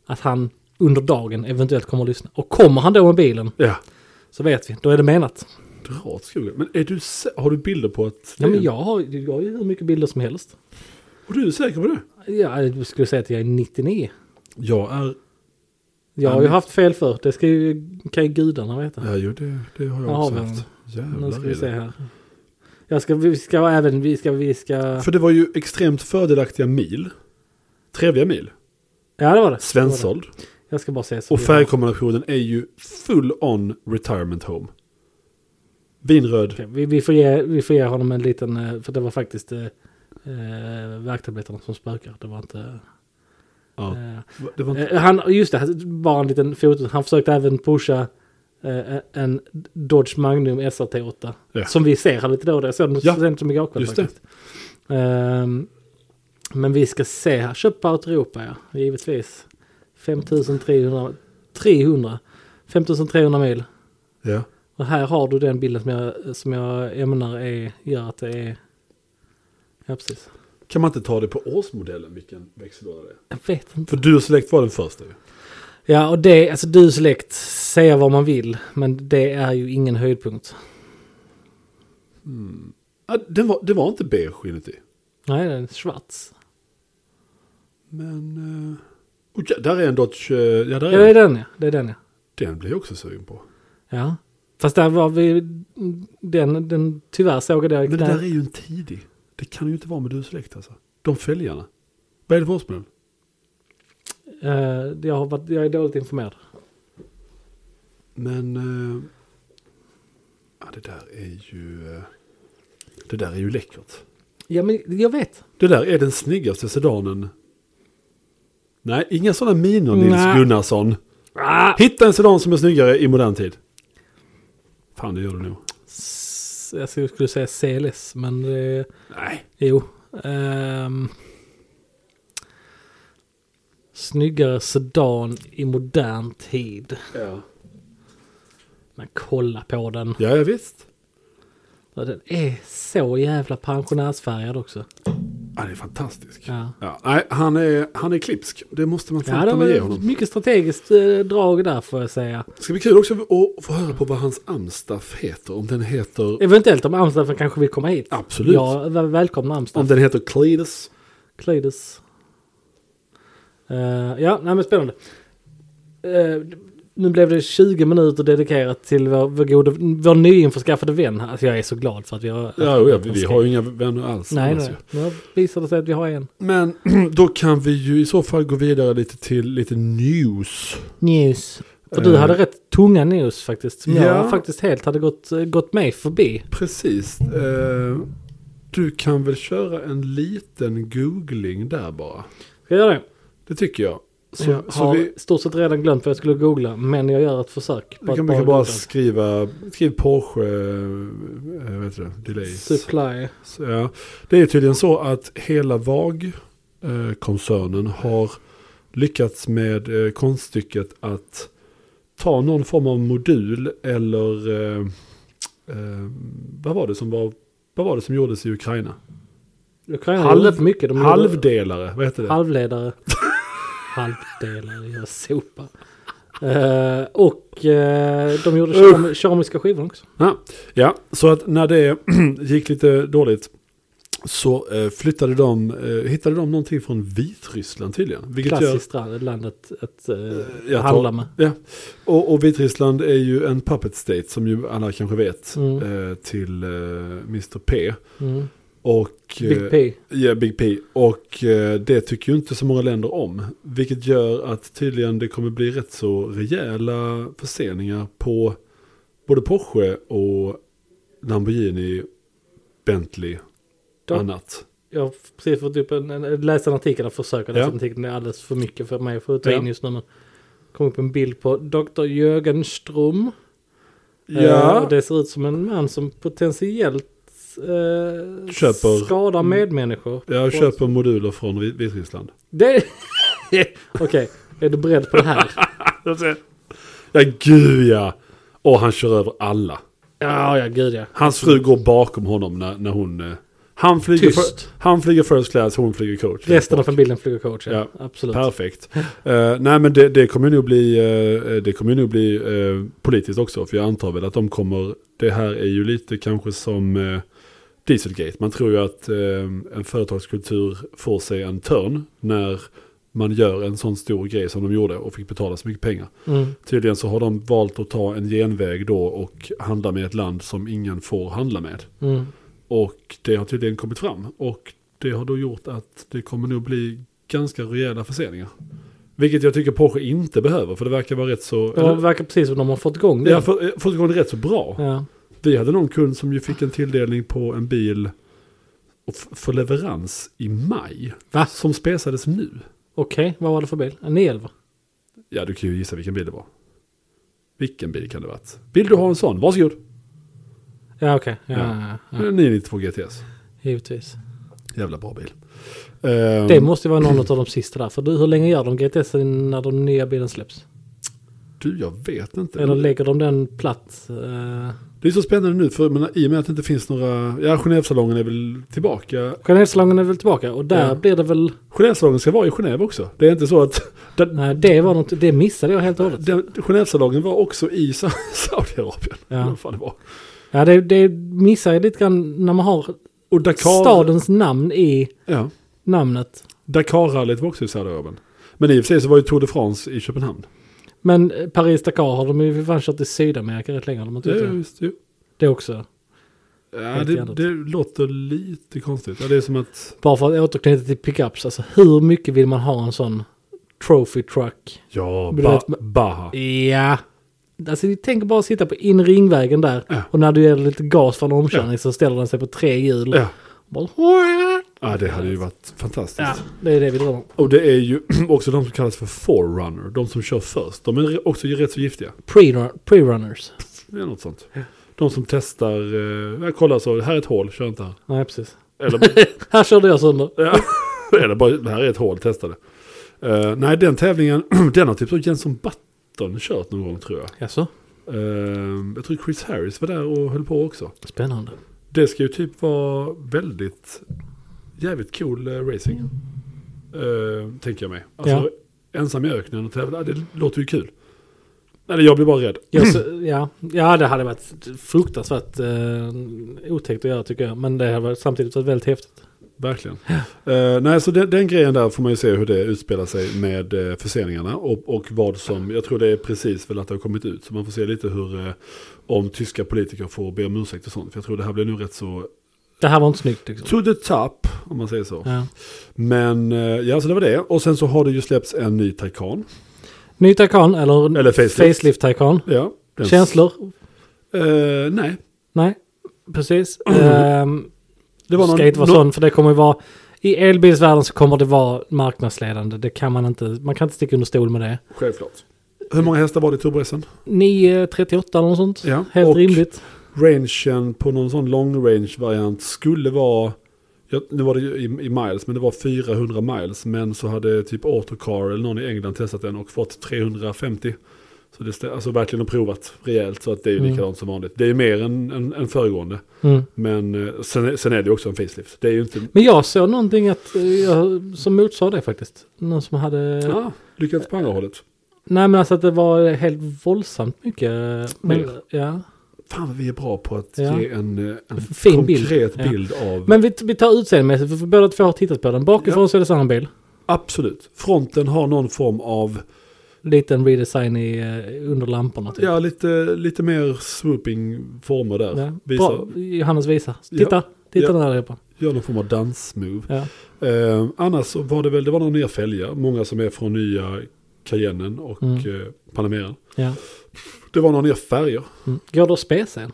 Speaker 1: att han under dagen eventuellt kommer att lyssna. Och kommer han då med bilen
Speaker 2: Ja.
Speaker 1: så vet vi, då är det menat.
Speaker 2: Dra åt skogen. Men är du, sä- har du bilder på att...
Speaker 1: Ja, men jag, har, jag har ju hur mycket bilder som helst.
Speaker 2: Och du är säker på det?
Speaker 1: Ja, jag skulle säga att jag är 99. Jag
Speaker 2: Jag är...
Speaker 1: har
Speaker 2: Ja,
Speaker 1: ju
Speaker 2: men-
Speaker 1: haft fel för Det ska ju, kan ju gudarna veta.
Speaker 2: Ja, jo, det, det har jag
Speaker 1: Jaha,
Speaker 2: också
Speaker 1: men-
Speaker 2: haft.
Speaker 1: nu ska
Speaker 2: Jävlar i
Speaker 1: vi se
Speaker 2: det.
Speaker 1: här. Jag ska, vi ska även, vi ska, vi ska...
Speaker 2: För det var ju extremt fördelaktiga mil. Trevliga mil.
Speaker 1: Ja, det var det. Det var det.
Speaker 2: Svensåld.
Speaker 1: Jag ska bara se. så
Speaker 2: Och
Speaker 1: vi-
Speaker 2: färgkombinationen är ju full on retirement home. Vinröd.
Speaker 1: Okej, vi, vi, får ge, vi får ge honom en liten, eh, för det var faktiskt eh, eh, värktabletterna som spökar. Det var inte...
Speaker 2: Ja.
Speaker 1: Eh,
Speaker 2: Det var inte...
Speaker 1: Eh, Han, just det, han- bara en liten fot. Han försökte även pusha eh, en Dodge Magnum SRT8.
Speaker 2: Ja.
Speaker 1: Som vi ser här lite då och då. Jag såg den
Speaker 2: Ja.
Speaker 1: så sent som igår kväll
Speaker 2: Just det.
Speaker 1: faktiskt. Ehm, men vi ska se här. Köp på Europa, ja. Givetvis. 5300 300, 5300 mil.
Speaker 2: Ja.
Speaker 1: Och här har du den bilden som jag, som jag ämnar är, gör att det är... Ja, precis.
Speaker 2: Kan man inte ta det på årsmodellen vilken växellåda det är?
Speaker 1: Jag vet inte.
Speaker 2: För du Select var den första ju.
Speaker 1: Ja, och det, alltså du select, säga vad man vill, men det är ju ingen höjdpunkt.
Speaker 2: Ja, den, var, den var inte beige inuti.
Speaker 1: Nej, den är svart.
Speaker 2: Men... eh, oh, ja, där är en Dodge... eh, Ja, där
Speaker 1: Ja,
Speaker 2: är
Speaker 1: det är
Speaker 2: den.
Speaker 1: den ja. Det är den ja.
Speaker 2: Den blir jag också sugen på.
Speaker 1: ja. Fast där var vi, den, den tyvärr såg jag där.
Speaker 2: Men det där är ju en tidig. Det kan ju inte vara med du Select alltså. De fälgarna. Vad är det för årsmodell?
Speaker 1: Eh, jag, har varit, jag är dåligt informerad.
Speaker 2: Men... eh, ja, det där är ju... eh, det där är ju läckert.
Speaker 1: Ja, men jag vet.
Speaker 2: Det där är den snyggaste sedanen. Nej, inga sådana minor Nils
Speaker 1: Nej.
Speaker 2: Gunnarsson.
Speaker 1: Ah!
Speaker 2: Hitta en sedan som är snyggare i modern tid. Fan, det gör du nog.
Speaker 1: S- Jag skulle skulle säga CLS, men det,
Speaker 2: Nej.
Speaker 1: jo. Ehm. snyggare sedan i modern tid.
Speaker 2: Ja,
Speaker 1: Men kolla på den.
Speaker 2: ja ja, visst.
Speaker 1: Ja, Den är så jävla pensionärsfärgad också.
Speaker 2: Ja, det är fantastisk. Ja.
Speaker 1: Ja.
Speaker 2: nej, han är, han är klipsk. Det måste man
Speaker 1: Ja,
Speaker 2: fan
Speaker 1: det
Speaker 2: ta med ge
Speaker 1: var
Speaker 2: honom.
Speaker 1: mycket strategiskt eh, drag där får jag säga.
Speaker 2: Det ska bli kul också att få höra på vad hans amstaff heter. Om den heter...
Speaker 1: Eventuellt om Amsterdam kanske vill komma hit.
Speaker 2: Absolut.
Speaker 1: Ja, väl- välkomna Amsterdam.
Speaker 2: Om den heter Cletus.
Speaker 1: Clydes. Eh, ja, nej men spännande. Eh, nu blev det 20 minuter dedikerat till vår, vår, gode, vår nyinförskaffade vän. här. Alltså jag är så glad för att vi har...
Speaker 2: Ja, jo, ja vi, vi har ju Alltså. inga vänner alls.
Speaker 1: Nej,
Speaker 2: annars
Speaker 1: nej.
Speaker 2: ju.
Speaker 1: Nu visar det sig att vi har en.
Speaker 2: Men då kan vi ju i så fall gå vidare lite till lite news.
Speaker 1: News. För du
Speaker 2: Eh.
Speaker 1: hade rätt tunga news faktiskt. Som
Speaker 2: Ja.
Speaker 1: jag faktiskt helt hade gått, gått mig förbi.
Speaker 2: Precis. Eh, du kan väl köra en liten googling där bara.
Speaker 1: Ska jag göra det?
Speaker 2: Det tycker jag. Så,
Speaker 1: jag
Speaker 2: så
Speaker 1: har
Speaker 2: vi,
Speaker 1: stort sett redan glömt vad jag skulle googla, men jag gör ett försök. på
Speaker 2: vi
Speaker 1: att
Speaker 2: kan, vi kan bara
Speaker 1: googla.
Speaker 2: skriva, skriv Porsche, eh, vet du, det, delays.
Speaker 1: Supply.
Speaker 2: Så, ja. Det är tydligen så att hela VAG-koncernen har lyckats med eh, konststycket att ta någon form av modul eller eh, eh, vad var det som var, vad var det som gjordes i Ukraina?
Speaker 1: Ukraina
Speaker 2: Halv-
Speaker 1: gjorde mycket. De gjorde-
Speaker 2: Halvdelare, vad heter det?
Speaker 1: Halvledare. Halvdelare, jag sopar. Eh, och eh, de gjorde kerami- keramiska skivor också.
Speaker 2: Ja, ja, så att när det gick lite dåligt så eh, flyttade de, eh, hittade de någonting från Vitryssland tydligen. Vilket gör,
Speaker 1: Klassiskt land- land att, att eh,
Speaker 2: jag tar-
Speaker 1: handla med.
Speaker 2: ja. och, och Vitryssland är ju en puppet state som ju alla kanske vet
Speaker 1: Mm.
Speaker 2: eh, till eh, Mr P.
Speaker 1: Mm.
Speaker 2: Och, eh,
Speaker 1: Big P.
Speaker 2: Ja, Big P. Och eh, det tycker ju inte så många länder om. Vilket gör att tydligen det kommer bli rätt så rejäla förseningar på både Porsche och Lamborghini, Bentley
Speaker 1: Då-
Speaker 2: och annat.
Speaker 1: Jag har precis fått upp en, en, jag läste en artikel, jag försöker läsa
Speaker 2: Ja.
Speaker 1: en artikel, det är alldeles för mycket för mig för att ta
Speaker 2: Ja.
Speaker 1: in just nu. Men kom upp en bild på Dr. Jörgen Ström. Eh,
Speaker 2: Ja,
Speaker 1: och det ser ut som en man som potentiellt eh,
Speaker 2: Köper-
Speaker 1: skadar medmänniskor.
Speaker 2: jag köper moduler från Vit- Vitryssland.
Speaker 1: Det... Okej, är du beredd på det här?
Speaker 2: Ja, gud ja. Och han kör över alla.
Speaker 1: Ja, ja, gud ja.
Speaker 2: Hans fru går bakom honom när, när hon... eh, Han flyger,
Speaker 1: Tyst.
Speaker 2: för, han flyger first class, hon flyger coach.
Speaker 1: Resten av bilden flyger coach, ja.
Speaker 2: Ja.
Speaker 1: Absolut.
Speaker 2: Perfekt. Eh, nej men det, det kommer ju nog bli, eh, det kommer ju nog bli eh, politiskt också. För jag antar väl att de kommer, det här är ju lite kanske som eh, Dieselgate. Man tror ju att eh, en företagskultur får sig en törn när man gör en sån stor grej som de gjorde och fick betala så mycket pengar.
Speaker 1: Mm.
Speaker 2: Tydligen så har de valt att ta en genväg då och handla med ett land som ingen får handla med.
Speaker 1: Mm.
Speaker 2: Och det har tydligen kommit fram. Och det har då gjort att det kommer nog bli ganska rejäla förseningar. Vilket jag tycker Porsche inte behöver, för det verkar vara rätt så...
Speaker 1: Det verkar precis som de har fått igång det.
Speaker 2: Ja, för, eh, första gången rätt så bra.
Speaker 1: Ja.
Speaker 2: Vi hade någon kund som ju fick en tilldelning på en bil och f- för leverans i maj.
Speaker 1: Va?
Speaker 2: Som spesades nu.
Speaker 1: Okej, vad var det för bil? En 911?
Speaker 2: Ja, du kan ju gissa vilken bil det var. Vilken bil kan det varit? Vill du ha en sån? Varsågod. Eh,
Speaker 1: Ja, okej. Ja,
Speaker 2: Ja.
Speaker 1: ja. Ja,
Speaker 2: 992 GTS.
Speaker 1: Givetvis.
Speaker 2: Jävla bra bil. Ehm,
Speaker 1: Det måste ju vara någon av de sista där. För du, hur länge gör de GTS när de nya bilen släpps?
Speaker 2: Du, jag vet inte.
Speaker 1: Eller lägger de den platt? Eh,
Speaker 2: Det är så spännande nu, för jag menar, i och med att det inte finns några... Ja, Genèvesalongen är väl tillbaka.
Speaker 1: Genèvesalongen är väl tillbaka och där
Speaker 2: Ja.
Speaker 1: blir det väl...
Speaker 2: Genèvesalongen ska vara i Genève också. Det är inte så att... Den,
Speaker 1: Nej, det var något, det missade jag helt och hållet.
Speaker 2: den, Genèvesalongen var också i Sa- Saudiarabien.
Speaker 1: Ja.
Speaker 2: Ja. Vad fan det var.
Speaker 1: Ja, det, det missar jag lite grann när man har
Speaker 2: Och Dakar...
Speaker 1: stadens namn i
Speaker 2: Ja.
Speaker 1: namnet.
Speaker 2: Dakar-rallyt var också i Saudiarabien. Men i och för sig så var ju Tour de France i Köpenhamn.
Speaker 1: Men eh, Paris-Dakar har de ju för fan kört i Sydamerika rätt länge. har De inte
Speaker 2: Ja,
Speaker 1: gjort det.
Speaker 2: just det.
Speaker 1: det också.
Speaker 2: Ja,
Speaker 1: Helt
Speaker 2: det,
Speaker 1: galet.
Speaker 2: det låter lite konstigt. Ja, det är som att...
Speaker 1: Bara för att återknyta till pickups. Alltså hur mycket vill man ha en sån trophy truck?
Speaker 2: Ja,
Speaker 1: Men
Speaker 2: ba,
Speaker 1: det-
Speaker 2: Baha.
Speaker 1: Ja. Alltså vi tänker bara sitta på inre ringvägen där.
Speaker 2: Ja.
Speaker 1: Och när du ger lite gas från omkörning så ställer den sig på tre hjul.
Speaker 2: Ja.
Speaker 1: Bara,
Speaker 2: ja, det hade ju varit fantastiskt.
Speaker 1: ja, det är det vi drömmer om.
Speaker 2: Och det är ju också de som kallas för forerunner, de som kör först. De är också rätt så giftiga.
Speaker 1: Pre- Pre-runners.
Speaker 2: Det är något sånt. De som testar, eh, jag kollar så, här är ett hål, kör inte här.
Speaker 1: Nej, precis.
Speaker 2: Eller,
Speaker 1: Här alltså körde jag sönder.
Speaker 2: ja, eller bara, det här är ett hål, testa det. Eh, nej, den tävlingen, den har typ så Jenson Button kört någon gång tror jag.
Speaker 1: Jaså?
Speaker 2: Eh, jag tror Chris Harris var där och höll på också.
Speaker 1: Spännande.
Speaker 2: Det ska ju typ vara väldigt jävligt cool eh, racing. Eh, tänker jag mig. Alltså, Ensam i öknen och tävla, det låter ju kul. Eller jag blir bara rädd.
Speaker 1: Jag,
Speaker 2: Mm.
Speaker 1: så, ja. ja, det hade varit fruktansvärt eh, otäckt att göra tycker jag. Men det hade varit, samtidigt varit väldigt häftigt.
Speaker 2: Verkligen. Eh, nej, så den, den grejen där får man ju se hur det utspelar sig med eh, förseningarna och, och vad som, jag tror det är precis väl att det har kommit ut. Så man får se lite hur, eh, om tyska politiker får be om ursäkt och sånt. För jag tror det här blir nog rätt så,
Speaker 1: Det här var inte snyggt liksom.
Speaker 2: to the top, om man säger så.
Speaker 1: Ja.
Speaker 2: Men eh, ja, så det var det. Och sen så har det ju släppts en ny Taycan.
Speaker 1: Ny Taycan eller,
Speaker 2: Eller facelift.
Speaker 1: facelift Taycan.
Speaker 2: Ja, den-
Speaker 1: Känslor?
Speaker 2: Eh, nej,
Speaker 1: Nej, precis. Ehm,
Speaker 2: det var någon...
Speaker 1: ska inte vara
Speaker 2: någon-
Speaker 1: sån för det kommer ju vara... I elbilsvärlden så kommer det vara marknadsledande. Det kan man inte. Man kan inte sticka under stol med det.
Speaker 2: Självklart. Hur många hästar var det i turboressen?
Speaker 1: 938 eller något sånt.
Speaker 2: Ja,
Speaker 1: Helt
Speaker 2: och-
Speaker 1: rimligt.
Speaker 2: Rangen på någon sån long range variant skulle vara, ja, nu var det ju i, i miles, men det var 400 miles. Men så hade typ Autocar eller någon i England testat den och fått 350. Så det stä- alltså verkligen har provat rejält så att det är ju
Speaker 1: Mm.
Speaker 2: likadant som vanligt. Det är ju mer än, än, än föregående.
Speaker 1: Mm.
Speaker 2: Men eh, sen, sen är det ju också en facelift. Det är ju inte...
Speaker 1: Men jag såg någonting att, eh, jag, som motsade det faktiskt. Någon som hade...
Speaker 2: Ah, lyckats på andra hållet.
Speaker 1: Nej men alltså att det var helt våldsamt mycket. Men,
Speaker 2: Mer.
Speaker 1: ja.
Speaker 2: Fan vad vi är bra på att
Speaker 1: Ja.
Speaker 2: ge en, eh, en
Speaker 1: Fin bild.
Speaker 2: konkret
Speaker 1: Ja.
Speaker 2: bild av...
Speaker 1: men vi, vi tar utseendemässigt för båda två har tittat på den. Bakifrån så är det samma bil.
Speaker 2: Absolut. Fronten har någon form av,
Speaker 1: Liten redesign i, eh, under lamporna. Typ.
Speaker 2: ja lite, lite mer swooping former där.
Speaker 1: Ja.
Speaker 2: Visar,
Speaker 1: Bra. Johannes visar.
Speaker 2: Ja.
Speaker 1: Titta, titta
Speaker 2: Ja.
Speaker 1: den där allihopa.
Speaker 2: Gör någon form av dansmove.
Speaker 1: Ja.
Speaker 2: Eh, annars så var det väl, det var några nya fälgar, många som är från nya Cayennen och
Speaker 1: Mm.
Speaker 2: eh, Panameran.
Speaker 1: Ja.
Speaker 2: Det var några nya färger.
Speaker 1: Mm. Går det att spesa en?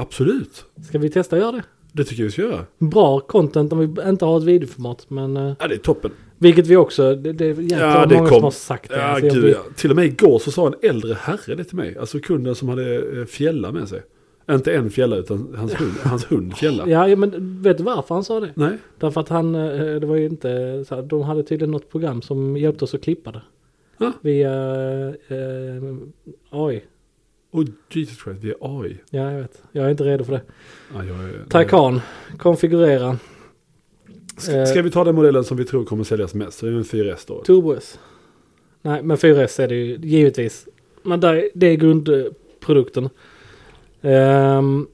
Speaker 2: Absolut,
Speaker 1: Ska vi testa att göra det?
Speaker 2: det tycker jag vi ska göra.
Speaker 1: Bra content om vi inte har ett videoformat. Men, eh,
Speaker 2: Ja, det är toppen.
Speaker 1: vilket vi också, det, det är jäkla
Speaker 2: Ja, det
Speaker 1: många
Speaker 2: kom.
Speaker 1: som har sagt det.
Speaker 2: Ja,
Speaker 1: Alltså, jag
Speaker 2: gud,
Speaker 1: blir-
Speaker 2: ja. Till och med igår så sa en äldre herre det till mig. Alltså kunden som hade eh, fjällar med sig. Inte en fjälla utan hans hund, hans hund fjälla.
Speaker 1: ja, ja, men vet du varför han sa det?
Speaker 2: Nej,
Speaker 1: Därför att han, eh, det var ju inte, så här, de hade tydligen något program som hjälpte oss att klippa det.
Speaker 2: Ja.
Speaker 1: Via eh, AI.
Speaker 2: och Jesus Christ, vi är AI.
Speaker 1: Ja, jag vet. Jag är inte redo för det.
Speaker 2: Ja, jag är-
Speaker 1: Taycan, konfigurera. Eh,
Speaker 2: Ska vi ta den modellen som vi tror kommer säljas mest? Så det är en 4S då.
Speaker 1: Turbo S. Nej, men 4S är det ju givetvis. Men där, är- det är grundprodukten. Ehm,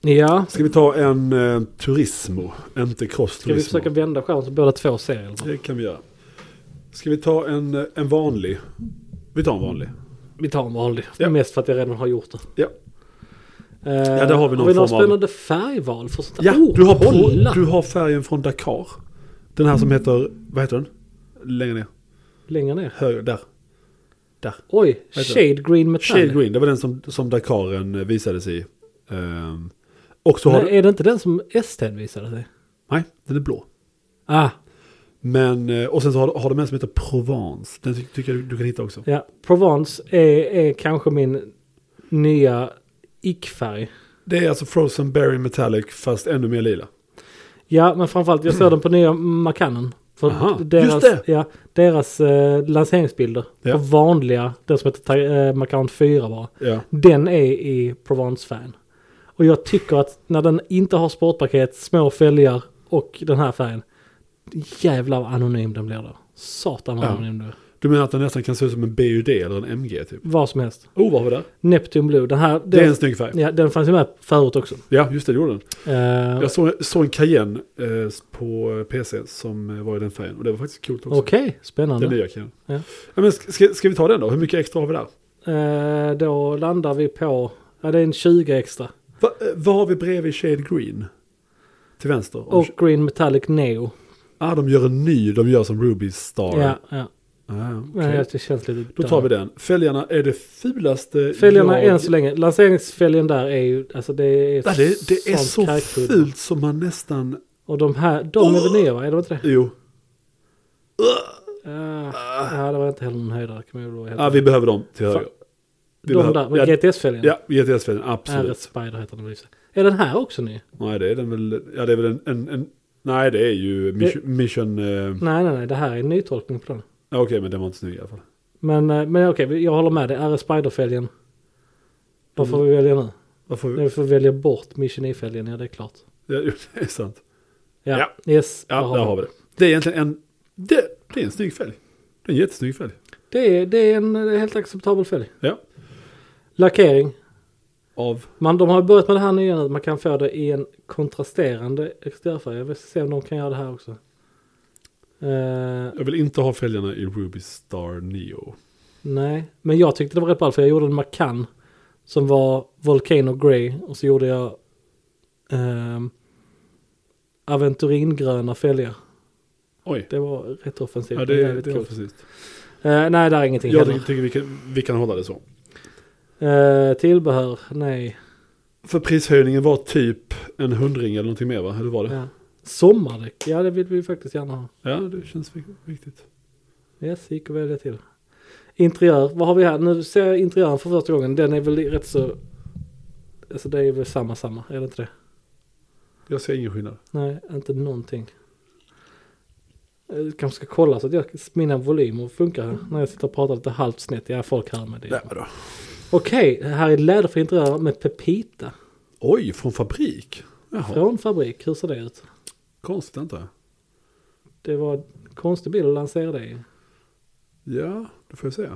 Speaker 1: ja,
Speaker 2: Ska vi ta en eh, Turismo? Inte Cross
Speaker 1: ska vi
Speaker 2: Turismo.
Speaker 1: försöka vända skärmen så båda två ser? Eller? vad?
Speaker 2: Det kan vi göra. Ska vi ta en, eh, en vanlig? Vi tar en vanlig.
Speaker 1: Vi tar en vanlig.
Speaker 2: Ja.
Speaker 1: Mest för att jag redan har gjort den.
Speaker 2: Ja.
Speaker 1: Eh,
Speaker 2: där har vi någon
Speaker 1: har vi några
Speaker 2: form av-
Speaker 1: spännande färgval för sånt här?
Speaker 2: Ja,
Speaker 1: Oh,
Speaker 2: du, har
Speaker 1: kolla! Mm.
Speaker 2: på, du har färgen från Dakar. Den här som heter, vad heter den? Längre ner,
Speaker 1: Längre ner.
Speaker 2: höger, där. Där.
Speaker 1: Oj,
Speaker 2: du?
Speaker 1: Shade Green Metallic.
Speaker 2: Shade Green, det var den som, som Dakaren eh, visades i. Ehm, och så har
Speaker 1: Nej,
Speaker 2: du,
Speaker 1: är det inte den som STED visade sig?
Speaker 2: nej, den är blå.
Speaker 1: Ah,
Speaker 2: Men, eh, och sen så har, du- har de en som heter Provence. Den ty, tycker jag du, du kan hitta också.
Speaker 1: ja. Provence är, är kanske min nya ickfärg.
Speaker 2: Det är alltså Frozen Berry Metallic fast ännu mer lila.
Speaker 1: Ja, men framförallt jag såg den på nya Macanen. För
Speaker 2: Aha,
Speaker 1: deras,
Speaker 2: just det.
Speaker 1: Ja, deras eh, lanseringsbilder
Speaker 2: Ja.
Speaker 1: på vanliga, den som heter eh, Macaron 4 bara.
Speaker 2: Ja.
Speaker 1: Den är i Provence-färgen. Och jag tycker att när den inte har sportpaket, små fälgar och den här färgen. Jävlar vad anonym den blir då. Satan vad
Speaker 2: Ja.
Speaker 1: anonym den blir.
Speaker 2: Du menar att den nästan kan se ut som en BUD eller en MG typ?
Speaker 1: Vad som helst.
Speaker 2: Oh, vad var det?
Speaker 1: Neptune Blue, den här.
Speaker 2: Det är
Speaker 1: den-
Speaker 2: en snygg färg.
Speaker 1: Ja, den fanns ju med förut också.
Speaker 2: Ja, just det, det gjorde den.
Speaker 1: Eh,
Speaker 2: Jag såg, såg en Cayenne eh, på eh, PC som eh, var i den färgen. Och det var faktiskt coolt också.
Speaker 1: Okej, spännande.
Speaker 2: Den nya Cayenne.
Speaker 1: Ja.
Speaker 2: Ja. men ska- ska, ska vi ta den då? Hur mycket extra har vi där?
Speaker 1: Eh, då landar vi på, ja det är en 20 extra.
Speaker 2: Va, eh, vad har vi bredvid Shade Green? Till vänster?
Speaker 1: Och Green Metallic Neo.
Speaker 2: Ah, de gör en ny, de gör som Ruby Star.
Speaker 1: Ja, ja.
Speaker 2: Ah,
Speaker 1: Men
Speaker 2: okej.
Speaker 1: jag- det känns lite
Speaker 2: Då tar vi den. Fälgarna är det fulaste
Speaker 1: Fälgarna
Speaker 2: jag-
Speaker 1: än så länge, lanseringsfälgen där är ju, alltså det är
Speaker 2: Ja, det, det är
Speaker 1: sånt
Speaker 2: så
Speaker 1: kräkpulver.
Speaker 2: fult som man nästan...
Speaker 1: Och de här, de är väl
Speaker 2: Oh!
Speaker 1: nya va? Är de inte det?
Speaker 2: Jo.
Speaker 1: Ja, ja, Ah, det var inte heller någon höjdare kan man ju då
Speaker 2: Ah, vi behöver dem till höger. Vi
Speaker 1: De
Speaker 2: behöver-
Speaker 1: där, med
Speaker 2: ja,
Speaker 1: GTS-fälgen.
Speaker 2: Ja, GTS-fälgen,
Speaker 1: RS
Speaker 2: absolut.
Speaker 1: Spider heter den väl i och för sig. Är den här också ny?
Speaker 2: Nej, det är den väl... Ja, det är väl en... en, en nej, det är ju Mission... mission eh,
Speaker 1: Nej, nej, nej, det här är en nytolkning på den.
Speaker 2: ja, Okej, men den var inte snygg i alla fall.
Speaker 1: Men, eh, men okej, jag håller med dig. RS Spider-fälgen. Vad får vi välja nu?
Speaker 2: Varför?
Speaker 1: Nu får vi välja bort Mission E-fälgen, ja det är klart.
Speaker 2: Ja, jo, det är sant.
Speaker 1: Ja,
Speaker 2: Ja.
Speaker 1: yes.
Speaker 2: Ja, där har vi det. Det är egentligen en... Det, det är en snygg fälg. Det är en jättesnygg fälg.
Speaker 1: Det är, det är en eh, helt acceptabel fälg.
Speaker 2: Ja.
Speaker 1: Lackering.
Speaker 2: Av...
Speaker 1: Man, de har börjat med det här nya nu, att man kan få det i en kontrasterande exteriörfärg. Jag vill se om de kan göra det här också. Eh,
Speaker 2: Jag vill inte ha fälgarna i Ruby Star Neo.
Speaker 1: nej, men jag tyckte det var rätt ball för jag gjorde en Macan som var Volcano Grey och så gjorde jag ehm, Aventuringröna fälgar.
Speaker 2: Oj.
Speaker 1: Det var rätt offensivt.
Speaker 2: Ja,
Speaker 1: och
Speaker 2: det,
Speaker 1: jävligt
Speaker 2: det var
Speaker 1: coolt.
Speaker 2: precis.
Speaker 1: Eh, nej, där är ingenting
Speaker 2: Jag
Speaker 1: heller.
Speaker 2: tycker- tycker vi kan, vi kan hålla det så.
Speaker 1: Eh, tillbehör, nej.
Speaker 2: För prishöjningen var typ en hundring eller någonting mer va? Hur var det? Ja,
Speaker 1: Ja. Sommardäck, ja det vill vi faktiskt gärna ha.
Speaker 2: det känns vik- viktigt.
Speaker 1: Yes, gick att välja till. Interiör, vad har vi här? Nu ser jag interiören för första gången. Den är väl rätt så... Alltså det är väl samma samma, är det inte det?
Speaker 2: Jag ser ingen skillnad.
Speaker 1: Nej, inte någonting. Jag kanske ska kolla så att jag, mina volymer funkar här. När jag sitter och pratar lite halvt snett. Jag är folk här med det.
Speaker 2: Nej, vadå?
Speaker 1: Okej, här är läderfri interiör med Pepita.
Speaker 2: Oj, från fabrik? Jaha,
Speaker 1: Från fabrik, hur ser det ut?
Speaker 2: konstigt antar jag.
Speaker 1: Det var en konstig bil att lansera det i.
Speaker 2: Ja, då får jag se.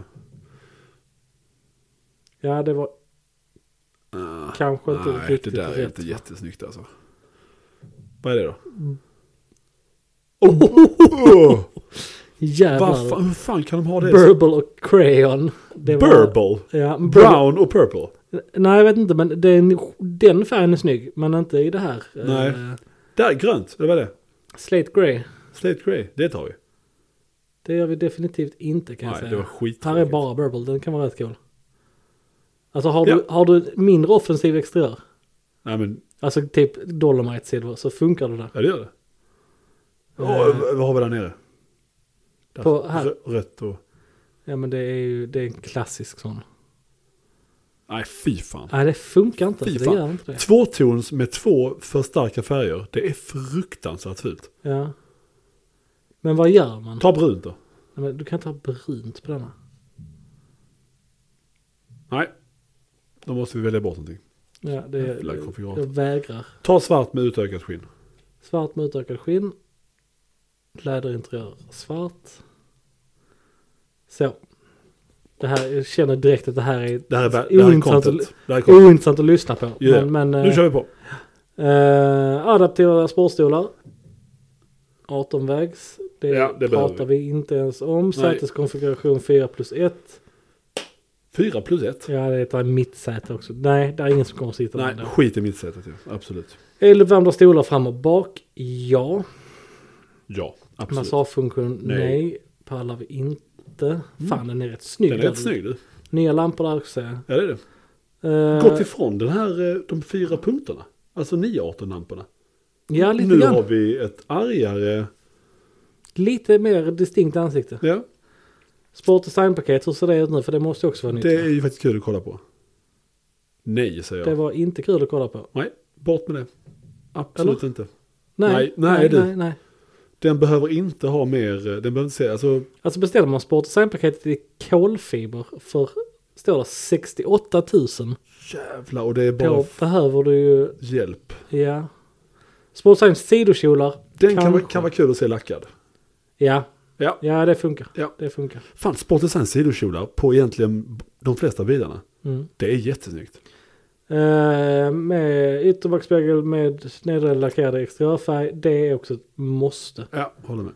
Speaker 1: Ja, det var
Speaker 2: Ah,
Speaker 1: kanske inte
Speaker 2: nej, det
Speaker 1: riktigt
Speaker 2: där är
Speaker 1: rätt.
Speaker 2: inte jättesnyggt alltså. Vad är det då? Oh, vad
Speaker 1: Jävlar.
Speaker 2: fan, hur fan kan de ha det?
Speaker 1: Burble och crayon. Det var-
Speaker 2: Burble?
Speaker 1: Ja, brown.
Speaker 2: Brown och purple?
Speaker 1: Nej, jag vet inte, men den, den färgen är snygg. Men inte i det här.
Speaker 2: Nej.
Speaker 1: Eh,
Speaker 2: Där, grönt, det var det.
Speaker 1: slate grey.
Speaker 2: Slate Grey, det tar vi.
Speaker 1: Det gör vi definitivt inte kan jag
Speaker 2: Nej,
Speaker 1: säga.
Speaker 2: det var
Speaker 1: här är
Speaker 2: skittråkigt.
Speaker 1: bara burble, den kan vara rätt cool. Alltså har, du,
Speaker 2: Ja.
Speaker 1: har du mindre offensiv exteriör,
Speaker 2: Nej men,
Speaker 1: alltså typ dolomite silver, så funkar det där.
Speaker 2: ja det gör det. Åh,
Speaker 1: Eh,
Speaker 2: vad har vi där nere? Där,
Speaker 1: På- här.
Speaker 2: rö- Rött och...
Speaker 1: ja men det är ju det är en klassisk sån.
Speaker 2: Nej, fy fan.
Speaker 1: Nej det funkar inte,
Speaker 2: Fy
Speaker 1: det
Speaker 2: fan.
Speaker 1: gör inte det.
Speaker 2: Tvåtons med två för starka färger, det är fruktansvärt fult.
Speaker 1: Ja. Men vad gör man?
Speaker 2: Ta brunt då.
Speaker 1: Nej, men du kan inte ha brunt på denna.
Speaker 2: Nej, då måste vi välja bort någonting.
Speaker 1: Ja, det,
Speaker 2: Jävla
Speaker 1: jag,
Speaker 2: konfigurator.
Speaker 1: vägrar.
Speaker 2: Ta svart med utökat skinn.
Speaker 1: Svart med utökad skinn. Läderinteriör svart. Så. Det här, jag känner direkt att det här är,
Speaker 2: Det här är, vä- det här är
Speaker 1: ointressant,
Speaker 2: content. Det här är
Speaker 1: att,
Speaker 2: content.
Speaker 1: ointressant att lyssna på.
Speaker 2: Ja, ja.
Speaker 1: Men, men
Speaker 2: Nu
Speaker 1: eh,
Speaker 2: kör vi på.
Speaker 1: eh, adaptiva sportstolar. 18-vägs. Det,
Speaker 2: Ja, det behöver
Speaker 1: pratar vi. inte ens om. Säteskonfiguration 4 plus 1.
Speaker 2: Fyra plus ett.
Speaker 1: Ja, det heter mitt säte också. Nej, det är ingen som kommer att sitta där.
Speaker 2: Nej,
Speaker 1: ändå.
Speaker 2: skit i mitt sättet ju. Absolut.
Speaker 1: Eluppvärmda stolar fram och bak. Ja.
Speaker 2: Ja, absolut.
Speaker 1: Massagefunktion? Nej.
Speaker 2: Nej. Mm.
Speaker 1: Pallar vi inte. Fan den är rätt snygg.
Speaker 2: Den är
Speaker 1: där.
Speaker 2: rätt snygg du.
Speaker 1: Nya lampor där också. Eh, Uh,
Speaker 2: Ja, det är det. Gått ifrån den här, eh, de fyra punkterna. Alltså 918-lamporna.
Speaker 1: ja, lite
Speaker 2: nu
Speaker 1: grann.
Speaker 2: har vi ett argare...
Speaker 1: Lite mer distinkt ansikte.
Speaker 2: Ja,
Speaker 1: Sport designpaket, hur ser det ut nu? För det måste ju också vara nytt.
Speaker 2: det
Speaker 1: Det,
Speaker 2: är ju faktiskt kul att kolla på. Nej, säger jag.
Speaker 1: var inte kul att kolla på.
Speaker 2: Nej, bort med det. Absolut inte.
Speaker 1: Nej,
Speaker 2: Nej, nej, du.
Speaker 1: nej.
Speaker 2: Den behöver inte ha mer, den behöver inte se, alltså
Speaker 1: Alltså beställer man sport paketet i kolfiber för står det 68 000.
Speaker 2: jävla och det är bara
Speaker 1: Då behöver du ju,
Speaker 2: hjälp.
Speaker 1: ja. Sport sidokjolar.
Speaker 2: Den kan, vara-
Speaker 1: kanske.
Speaker 2: kan vara kul att se lackad.
Speaker 1: Ja,
Speaker 2: Ja.
Speaker 1: ja det funkar.
Speaker 2: Ja.
Speaker 1: Det funkar.
Speaker 2: Fan, Sport Design sidokjolar på egentligen de flesta bilarna.
Speaker 1: Mm.
Speaker 2: Det är jättesnyggt.
Speaker 1: Eh, med ytterbackspegel med nedre lackerad exteriörfärg. Det är också ett måste.
Speaker 2: Ja, håller med.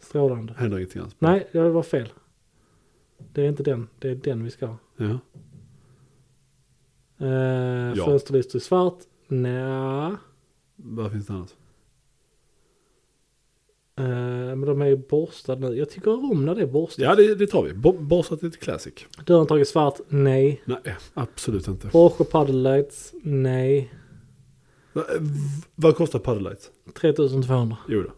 Speaker 1: Strålande.
Speaker 2: Händer ingenting alls.
Speaker 1: Nej, det var fel. Det är inte den. Det är den vi ska ha.
Speaker 2: Ja.
Speaker 1: Eh,
Speaker 2: Ja.
Speaker 1: Fönsterlystor i svart. Nja.
Speaker 2: Vad finns det annars?
Speaker 1: Eh, men de är ju borstade nu. Jag tycker om när det är borstat.
Speaker 2: Ja, det, det tar vi. Bo- Borstat är ett classic.
Speaker 1: Dörren i svart. Nej.
Speaker 2: Nej, absolut inte.
Speaker 1: Porsche Paddle Lights. Nej.
Speaker 2: Va- v- Vad kostar Paddle Light?
Speaker 1: 3200.
Speaker 2: Jo då.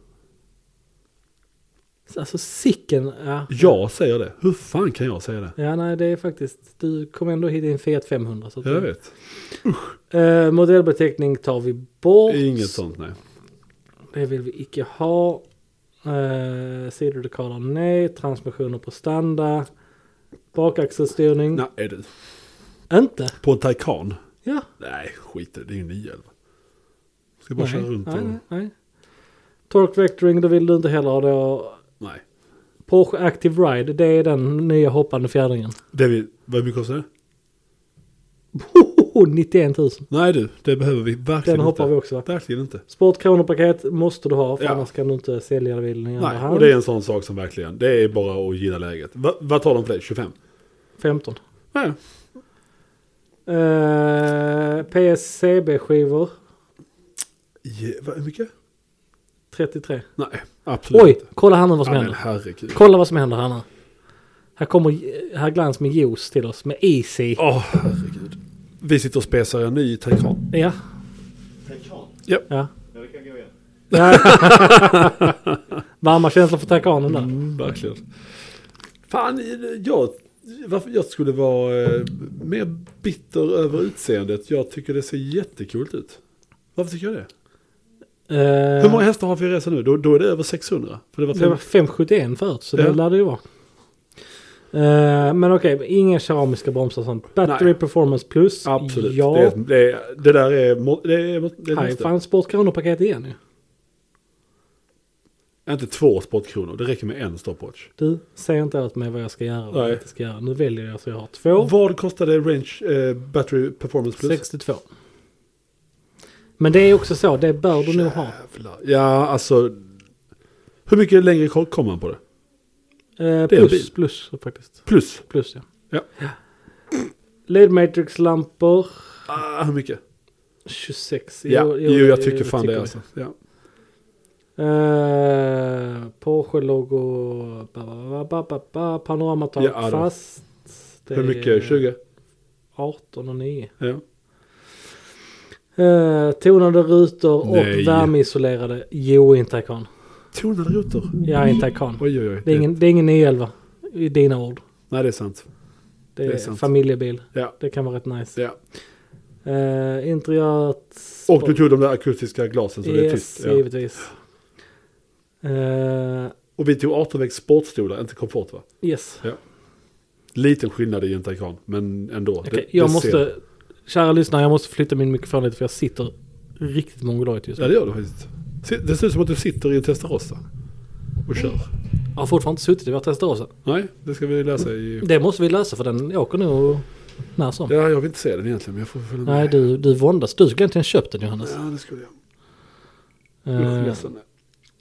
Speaker 1: Alltså sicken. Ja.
Speaker 2: Jag säger det. Hur fan kan jag säga det?
Speaker 1: ja, nej det är faktiskt. Du kom ändå hit i en Fiat 500. Så att-
Speaker 2: Jag vet.
Speaker 1: Eh, modellbeteckning tar vi bort.
Speaker 2: Inget sånt, nej.
Speaker 1: Det vill vi icke ha. Eh, sidodekaler nej. Transmissioner på standard. Bakaxelstyrning.
Speaker 2: Nej, är det.
Speaker 1: Inte?
Speaker 2: På en Taycan?
Speaker 1: Ja.
Speaker 2: Nej, skit i det. Det är ju en 911. Ska bara köra runt och...
Speaker 1: nej, nej, nej. Torque vectoring, det vill du inte heller ha då.
Speaker 2: Nej.
Speaker 1: Porsche Active Ride, det är den nya hoppande fjädringen.
Speaker 2: Det vi... Vad mycket kostar det?
Speaker 1: Oh, 91 000.
Speaker 2: Nej du, det behöver vi verkligen
Speaker 1: Den hoppar
Speaker 2: inte.
Speaker 1: vi också va?
Speaker 2: Verkligen inte.
Speaker 1: Sportkronopaket måste du ha för
Speaker 2: Ja.
Speaker 1: annars kan du inte sälja bilen i andra
Speaker 2: Nej,
Speaker 1: hand.
Speaker 2: och det är en sån sak som verkligen, det är bara att gilla läget. Va, vad tar de för det? 25?
Speaker 1: 15.
Speaker 2: Nej.
Speaker 1: Eh, PSCB-skivor,
Speaker 2: Je, vad, hur mycket?
Speaker 1: 33.
Speaker 2: Nej, absolut
Speaker 1: Oj,
Speaker 2: inte.
Speaker 1: kolla här nu vad
Speaker 2: Ja,
Speaker 1: som
Speaker 2: men
Speaker 1: händer.
Speaker 2: herregud.
Speaker 1: Kolla vad som händer här nu. Här kommer herr Glans med juice till oss med Easy.
Speaker 2: Åh, herregud. Vi sitter och spesar en ny Taycan.
Speaker 1: Ja,
Speaker 3: Taycan?
Speaker 1: ja.
Speaker 3: Ja, vi kan gå igen.
Speaker 1: Varma känslor för Taycanen där.
Speaker 2: Mm, verkligen. Fan, jag, varför jag skulle vara eh, mer bitter över utseendet. Jag tycker det ser jättekult ut. Varför tycker jag det?
Speaker 1: Eh,
Speaker 2: Hur många hästar har vi i resa nu? Då, då är det över 600. För det var
Speaker 1: Det var
Speaker 2: fem.
Speaker 1: 571 förut så
Speaker 2: Ja.
Speaker 1: det lär det ju vara. Eh, men okej, inga keramiska bromsar och sånt. Battery
Speaker 2: Nej.
Speaker 1: performance plus.
Speaker 2: Absolut.
Speaker 1: Ja.
Speaker 2: Det, är- det, är- det där är... må- Det är, det är
Speaker 1: Här
Speaker 2: måste.
Speaker 1: fanns sportkronopaket igen ju.
Speaker 2: Inte två sportkronor, det räcker med en stopwatch.
Speaker 1: Du, säg inte åt mig vad jag ska göra och vad
Speaker 2: Nej.
Speaker 1: jag inte ska göra. Nu väljer jag så jag har två.
Speaker 2: Vad kostade Range eh, Battery Performance Plus?
Speaker 1: 62. Men det är också så, det bör du nog ha.
Speaker 2: Jävlar. Ja, alltså... Hur mycket längre kom- kom man på det?
Speaker 1: Eh,
Speaker 2: Det är en bil.
Speaker 1: plus, plus faktiskt.
Speaker 2: Plus?
Speaker 1: Plus ja.
Speaker 2: Ja.
Speaker 1: LED matrix-lampor.
Speaker 2: Ah, hur mycket?
Speaker 1: 26.
Speaker 2: ja, jo, jag
Speaker 1: det-
Speaker 2: tycker fan det.
Speaker 1: vi.
Speaker 2: Alltså. Ja.
Speaker 1: Eh, Porsche logo ba, ba, ba, ba, ba, panoramatak
Speaker 2: Ja, då.
Speaker 1: fast. Det
Speaker 2: Hur
Speaker 1: är
Speaker 2: mycket? 20?
Speaker 1: 18 och 9.
Speaker 2: Ja.
Speaker 1: Eh, tonade rutor
Speaker 2: Nej.
Speaker 1: och värmeisolerade. Jo, inte Taycan.
Speaker 2: Tonade rutor.
Speaker 1: Ja, inte Taycan.
Speaker 2: Oj, oj, oj.
Speaker 1: Det är ingen, det är ingen 911 i dina ord.
Speaker 2: Nej, det är sant.
Speaker 1: Det
Speaker 2: Det är
Speaker 1: är,
Speaker 2: sant.
Speaker 1: familjebil.
Speaker 2: Ja.
Speaker 1: Det kan vara rätt nice.
Speaker 2: ja.
Speaker 1: Eh, interiört.
Speaker 2: Och du tog de där akustiska glasen så det är
Speaker 1: Yes,
Speaker 2: tyst. Ja.
Speaker 1: givetvis. Eh,
Speaker 2: Och vi tog 18-vägs sportstolar, inte komfort va?
Speaker 1: yes.
Speaker 2: Liten skillnad i en Taycan, men ändå. Det-
Speaker 1: Okej, jag
Speaker 2: det ser-
Speaker 1: måste, kära lyssnare, jag måste flytta min mikrofon lite för jag sitter riktigt mongoloid just nu.
Speaker 2: Ja, det gör du faktiskt. Se- Det ser ut som att du sitter i en Testarossa och kör.
Speaker 1: Jag har fortfarande inte suttit i vår testarossa.
Speaker 2: Nej, det ska vi läsa i...
Speaker 1: Det måste vi lösa för den åker nog när som.
Speaker 2: Ja, jag vill inte se den egentligen, men jag får följa med.
Speaker 1: Nej, du, du våndas. Du skulle egentligen köpt den Johannes.
Speaker 2: Ja, det skulle jag. Usch,
Speaker 1: Eh,
Speaker 2: ledsen.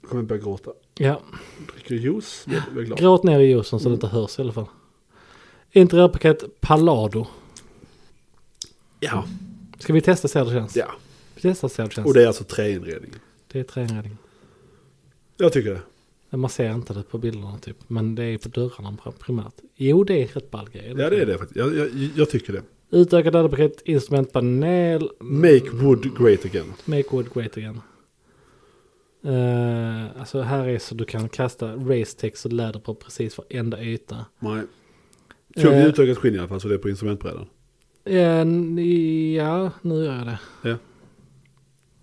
Speaker 2: Jag kommer börja gråta.
Speaker 1: ja.
Speaker 2: Dricker juice, jag blir glad.
Speaker 1: Gråt ner i juicen så det inte hörs i alla fall. Interiörpaket Pallado.
Speaker 2: Ja,
Speaker 1: Ska vi testa så det känns?
Speaker 2: ja.
Speaker 1: Vi testar så det känns.
Speaker 2: Och det är alltså träinredning.
Speaker 1: Det är träinredning.
Speaker 2: Jag tycker det.
Speaker 1: Man ser inte det på bilderna typ. Men det är på dörrarna primärt. Jo, det är rätt ball grej.
Speaker 2: Ja, det är det faktiskt. Jag, jag, jag tycker det.
Speaker 1: Utökad läderpaket, instrumentpanel,
Speaker 2: Make wood great again.
Speaker 1: make wood great again. Eh, alltså här är så du kan kasta racetext och läder på precis varenda yta.
Speaker 2: Nej. Tog vi
Speaker 1: Eh.
Speaker 2: utökat skinn i alla fall, så det är på instrumentbrädan.
Speaker 1: Eh, n- ja, nu gör jag det.
Speaker 2: Ja.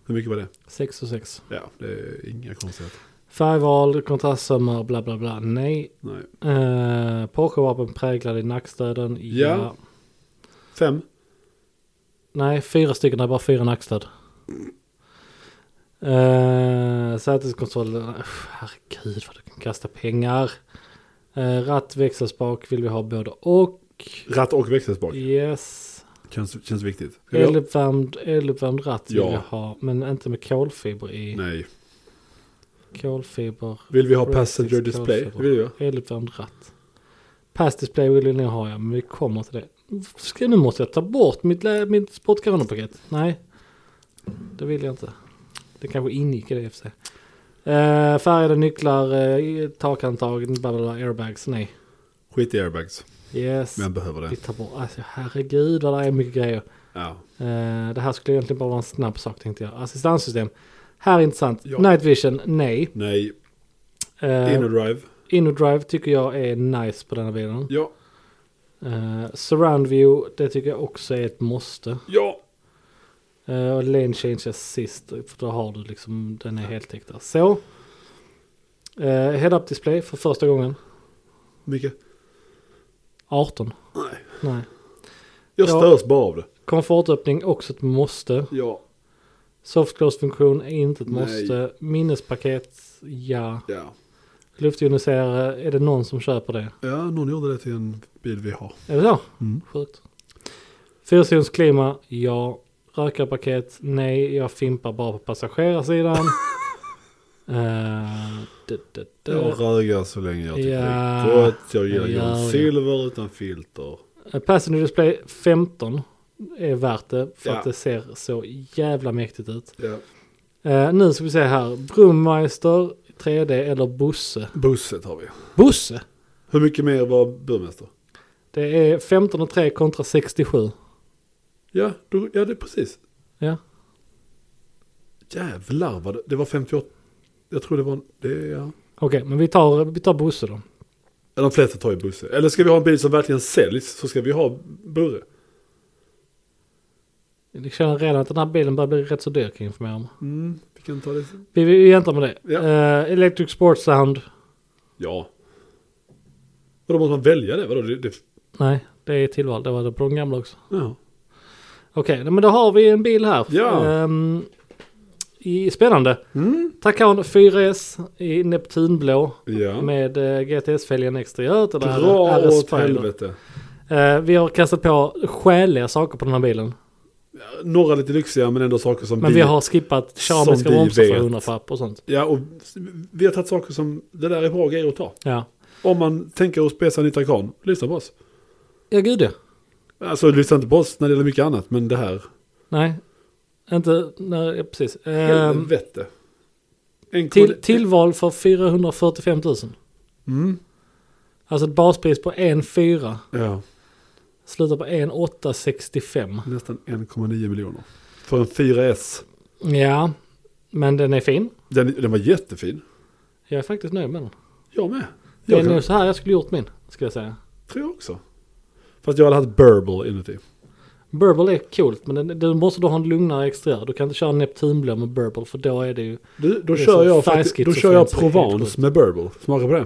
Speaker 2: Hur mycket var det?
Speaker 1: 6 och 6.
Speaker 2: Ja, det är inga konstigheter.
Speaker 1: Färgval, kontrastsummor, bla bla bla. Nej.
Speaker 2: Nej.
Speaker 1: Eh, Porsche-vapen präglade i nackstöden. Ja.
Speaker 2: Ja. Fem?
Speaker 1: Nej, fyra stycken. Det är bara fyra nackstöd. Uh, säteskontrollen. uff, Herregud vad du kan kasta pengar. Uh, ratt, växelspak vill vi ha både och.
Speaker 2: Ratt och växelspak.
Speaker 1: Yes.
Speaker 2: Känns, känns viktigt. Ska vi ha-
Speaker 1: Eluppvärmd, eluppvärmd ratt vill
Speaker 2: Ja.
Speaker 1: jag ha, men inte med kolfiber i.
Speaker 2: Nej.
Speaker 1: Kolfiber,
Speaker 2: Vill vi ha
Speaker 1: Racist
Speaker 2: passenger
Speaker 1: kanske
Speaker 2: display?
Speaker 1: det var.
Speaker 2: Det vill jag.
Speaker 1: eluppvärmd ratt. Pass display vill jag nog ha, ja, men vi kommer till det. Ska, nu måste jag ta bort mitt, lä- mitt sportkanonpaket. Nej, det vill jag inte. Det kanske ingick i det i och för sig. Eh, färgade nycklar, eh, takhandtag, bla bla bla, airbags, nej.
Speaker 2: Skit i airbags.
Speaker 1: Yes,
Speaker 2: Men eh. behöver
Speaker 1: vi
Speaker 2: det.
Speaker 1: tar bort, alltså herregud vad det är mycket grejer.
Speaker 2: Ja.
Speaker 1: Eh, det här skulle egentligen bara vara en snabb sak tänkte jag. Assistanssystem. Här är intressant.
Speaker 2: Ja.
Speaker 1: Night vision, nej.
Speaker 2: Nej.
Speaker 1: Eh,
Speaker 2: Inerdrive.
Speaker 1: InnoDrive tycker jag är nice på den här bilen.
Speaker 2: Ja.
Speaker 1: Eh, surround view, det tycker jag också är ett måste.
Speaker 2: Ja.
Speaker 1: Eh, och lane change assist, för då har du liksom, den är heltäckt där. Så. Eh, head up display för första gången.
Speaker 2: Mycket.
Speaker 1: 18.
Speaker 2: Nej.
Speaker 1: Nej.
Speaker 2: Jag
Speaker 1: Ja.
Speaker 2: störs bara av det.
Speaker 1: Komfortöppning också ett måste.
Speaker 2: Ja.
Speaker 1: Soft close funktion är inte ett
Speaker 2: Nej.
Speaker 1: måste. Minnespaket, ja.
Speaker 2: Ja.
Speaker 1: Luftjoniserare, är det någon som köper det?
Speaker 2: Ja, någon gjorde det till en bil vi har.
Speaker 1: Är det så?
Speaker 2: Mm.
Speaker 1: Sjukt. Fyrzons klima, ja. Rökarpaket, nej. Jag fimpar bara på passagerarsidan. uh, d- d- d-
Speaker 2: Jag rögar så länge jag tycker
Speaker 1: Ja.
Speaker 2: det är gott. Jag gillar
Speaker 1: Ja, ja.
Speaker 2: John Silver utan filter.
Speaker 1: Passenger Eh, display 15 är värt det för
Speaker 2: Ja.
Speaker 1: att det ser så jävla mäktigt ut.
Speaker 2: Ja.
Speaker 1: Eh, nu ska vi se här. Brummeister 3D eller Bosse.
Speaker 2: Busset har vi.
Speaker 1: Bosse!
Speaker 2: Hur mycket mer var burmästare?
Speaker 1: Det är 15 och 3 kontra 67.
Speaker 2: Ja, då, ja det är precis.
Speaker 1: Ja.
Speaker 2: Jävlar vad det, det var 58. Jag tror det var, det är, ja.
Speaker 1: Okej, men vi tar, vi tar Bosse då.
Speaker 2: Ja, De flesta tar ju busse. Eller ska vi ha en bil som verkligen säljs så ska vi ha Burre.
Speaker 1: Jag känner redan att den här bilen börjar bli rätt så dyr kan jag informera om.
Speaker 2: Mm, vi kan ta det. sen.
Speaker 1: Vi, vi väntar med det.
Speaker 2: Ja.
Speaker 1: Eh, electric Sport Sound.
Speaker 2: Ja. Och då måste man välja det, vadå? Det, det,
Speaker 1: Nej, det är tillval. Det var det på de gamla också.
Speaker 2: ja.
Speaker 1: Okej, nej, men då har vi en bil här.
Speaker 2: Ja.
Speaker 1: Ehm, i, spännande.
Speaker 2: Mm.
Speaker 1: Takan 4S i Neptunblå.
Speaker 2: Ja.
Speaker 1: Med eh, GTS-fälgen exteriört. och det här
Speaker 2: Dra
Speaker 1: RS
Speaker 2: åt
Speaker 1: Spider.
Speaker 2: helvete.
Speaker 1: Eh, vi har kastat på skäliga saker på den här bilen.
Speaker 2: Några lite lyxiga men ändå saker som
Speaker 1: Men vi har skippat
Speaker 2: som
Speaker 1: keramiska
Speaker 2: vi
Speaker 1: bromsar för
Speaker 2: vet.
Speaker 1: 100 papp och sånt.
Speaker 2: Ja, och vi har tagit saker som det där är bra grejer att ta.
Speaker 1: Ja,
Speaker 2: Om man tänker att spesa en ny Taycan, lyssna på oss.
Speaker 1: ja gud ja.
Speaker 2: Alltså lyssna inte på oss när det gäller mycket annat, men det här.
Speaker 1: Nej, inte, nej, ja, precis. Ehm,
Speaker 2: Helvete. En
Speaker 1: Till,
Speaker 2: koll-
Speaker 1: tillval för 445 000.
Speaker 2: Mm.
Speaker 1: Alltså ett baspris på 1,4
Speaker 2: Ja,
Speaker 1: slutar på 1,865.
Speaker 2: nästan 1,9 miljoner. För en 4S.
Speaker 1: Ja, men den är fin.
Speaker 2: Den, den var jättefin.
Speaker 1: Jag är faktiskt nöjd med den.
Speaker 2: Jag med.
Speaker 1: Det
Speaker 2: Jag
Speaker 1: är
Speaker 2: kan,
Speaker 1: nog så här jag skulle gjort min, ska jag säga.
Speaker 2: tror jag också. Fast jag hade haft Burble inuti.
Speaker 1: Burble är coolt, men den, du måste då ha en lugnare exteriör. Du kan inte köra Neptunblå med Burble, för då är det ju...
Speaker 2: Du,
Speaker 1: Det
Speaker 2: då,
Speaker 1: är
Speaker 2: kör
Speaker 1: så
Speaker 2: jag,
Speaker 1: färskigt
Speaker 2: faktiskt, då
Speaker 1: så
Speaker 2: kör jag
Speaker 1: fint så det är helt
Speaker 2: Provence
Speaker 1: sjukt.
Speaker 2: med Burble. Smaka på det.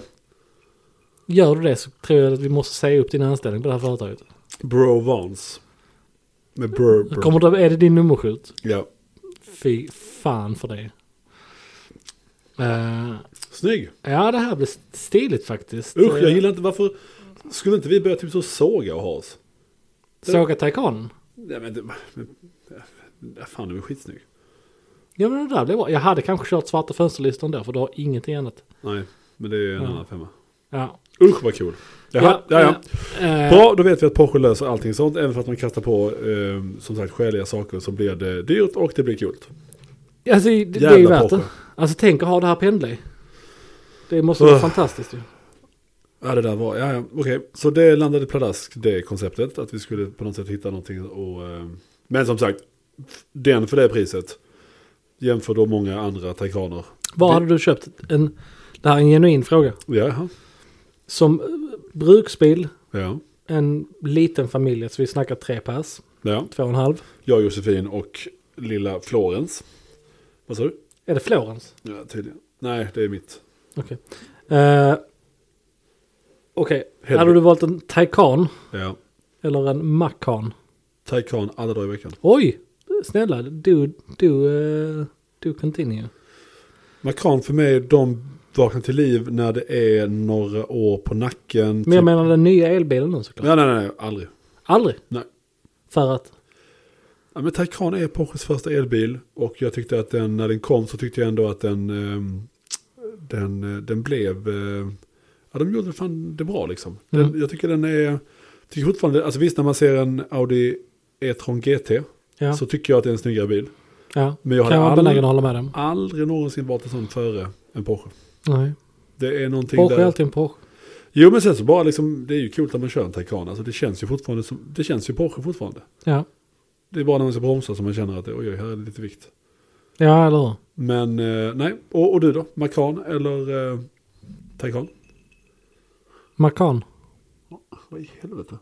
Speaker 1: Gör du det så tror jag att vi måste säga upp din anställning på det här företaget.
Speaker 2: Provence. Med Burble.
Speaker 1: Kommer du, är det din nummerskylt?
Speaker 2: Ja.
Speaker 1: Fy fan för dig. Eh,
Speaker 2: Snygg.
Speaker 1: ja, det här blir stiligt faktiskt.
Speaker 2: Usch, jag
Speaker 1: Eh,
Speaker 2: gillar inte varför. Skulle inte vi börja typ så såga och ha oss?
Speaker 1: Såga Taycanen.
Speaker 2: Nej men, det, men ja, fan du är skitsnygg.
Speaker 1: Ja men det där blev bra. Jag hade kanske kört svarta fönsterlistan då för du har ingenting annat.
Speaker 2: Nej, men det är en
Speaker 1: Ja.
Speaker 2: annan femma.
Speaker 1: Ja.
Speaker 2: Usch vad kul. Jaha, ja, ja,
Speaker 1: eh, eh,
Speaker 2: Bra, då vet vi att Porsche löser allting sånt. Även för att man kastar på eh, som sagt skäliga saker så blir det dyrt och det blir kul.
Speaker 1: Alltså det, det är ju
Speaker 2: Jävla
Speaker 1: värt
Speaker 2: Porsche.
Speaker 1: det. Alltså tänk att ha det här pendla i. Det måste vara
Speaker 2: Ugh.
Speaker 1: fantastiskt ju.
Speaker 2: Ja, det där var, ja, ja, okej. Så det landade pladask, det konceptet. Att vi skulle på något sätt hitta någonting och... Eh, men som sagt, den för det priset. Jämför då många andra Taycaner.
Speaker 1: Var
Speaker 2: Det-
Speaker 1: hade du köpt en, det här är en genuin fråga.
Speaker 2: Jaha,
Speaker 1: Som eh, bruksbil,
Speaker 2: ja.
Speaker 1: en liten familj, så vi snackar tre pers,
Speaker 2: Ja,
Speaker 1: två och en halv.
Speaker 2: jag Josefin och lilla Florens. Vad sa du?
Speaker 1: Är det Florens?
Speaker 2: Ja, tydligen. Nej, det är mitt.
Speaker 1: Okej. Eh, Okej,
Speaker 2: Helvete.
Speaker 1: hade du valt en Taycan
Speaker 2: Ja.
Speaker 1: eller en Macan?
Speaker 2: Taycan alla dagar i veckan.
Speaker 1: Oj, snälla, du, du, eh, du continue.
Speaker 2: Macron för mig, de vaknar till liv när det är några år på nacken. Typ-
Speaker 1: Men jag menar den nya elbilen nu såklart.
Speaker 2: Nej, nej, nej, aldrig.
Speaker 1: Aldrig.
Speaker 2: Nej.
Speaker 1: För att,
Speaker 2: Ja, men Taycan är Porsches första elbil och jag tyckte att den, när den kom så tyckte jag ändå att den, ehm, den, eh, den blev, eh, ja de gjorde fan det bra liksom. Den,
Speaker 1: Mm.
Speaker 2: Jag tycker den är, tycker fortfarande, alltså visst när man ser en Audi E-tron GT
Speaker 1: ja.
Speaker 2: så tycker jag att det är en snyggare bil.
Speaker 1: ja.
Speaker 2: Men
Speaker 1: kan
Speaker 2: jag hade
Speaker 1: jag vara
Speaker 2: aldrig,
Speaker 1: benägen att hålla med dem.
Speaker 2: aldrig någonsin varit en sån före en Porsche.
Speaker 1: Nej.
Speaker 2: Det är någonting
Speaker 1: Porsche är
Speaker 2: där.
Speaker 1: alltid en Porsche.
Speaker 2: Jo men sen så bara liksom, det är ju coolt när man kör en Taycan, alltså det känns ju fortfarande som, det känns ju Porsche fortfarande.
Speaker 1: Ja,
Speaker 2: Det är bara när man ska bromsa som man känner att oj, oj, här är det lite vikt.
Speaker 1: ja eller hur?
Speaker 2: Men eh, nej, och, och du då? Macan eller eh, Taycan?
Speaker 1: Macan.
Speaker 2: Vad i helvete?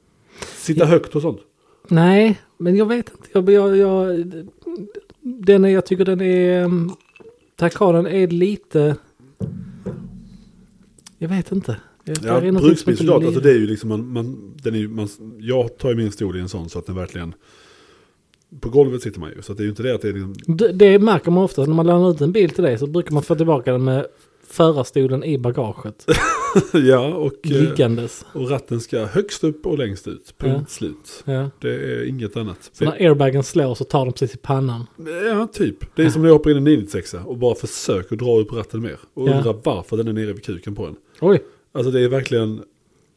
Speaker 2: Sitta högt och sånt?
Speaker 1: Nej, men jag vet inte. Jag, jag, jag, den är, jag tycker den är... ehm, Taycanen är lite... Jag vet inte. Det är
Speaker 2: Ja,
Speaker 1: någonting som inte
Speaker 2: bruksbilssoldat, alltså
Speaker 1: lirar.
Speaker 2: det är ju liksom, man, man, den är ju, man, jag tar ju min stol i en sån så att den verkligen, på golvet sitter man ju, så att det är ju inte det att det är liksom,
Speaker 1: Det, det märker man ofta. När man lämnar ut en bil till dig så brukar man få tillbaka den med förarstolen i bagaget.
Speaker 2: ja, och, eh,
Speaker 1: Liggandes.
Speaker 2: och ratten ska högst upp och längst ut, punkt
Speaker 1: Ja.
Speaker 2: slut.
Speaker 1: Ja.
Speaker 2: Det är inget annat.
Speaker 1: Så när airbagen slår så tar den precis i pannan.
Speaker 2: Ja, typ. Det är som när jag hoppar in i en 996 och bara försöker dra upp ratten mer. Och
Speaker 1: Ja.
Speaker 2: undrar varför den är nere vid kuken på en.
Speaker 1: Oj.
Speaker 2: Alltså det är verkligen,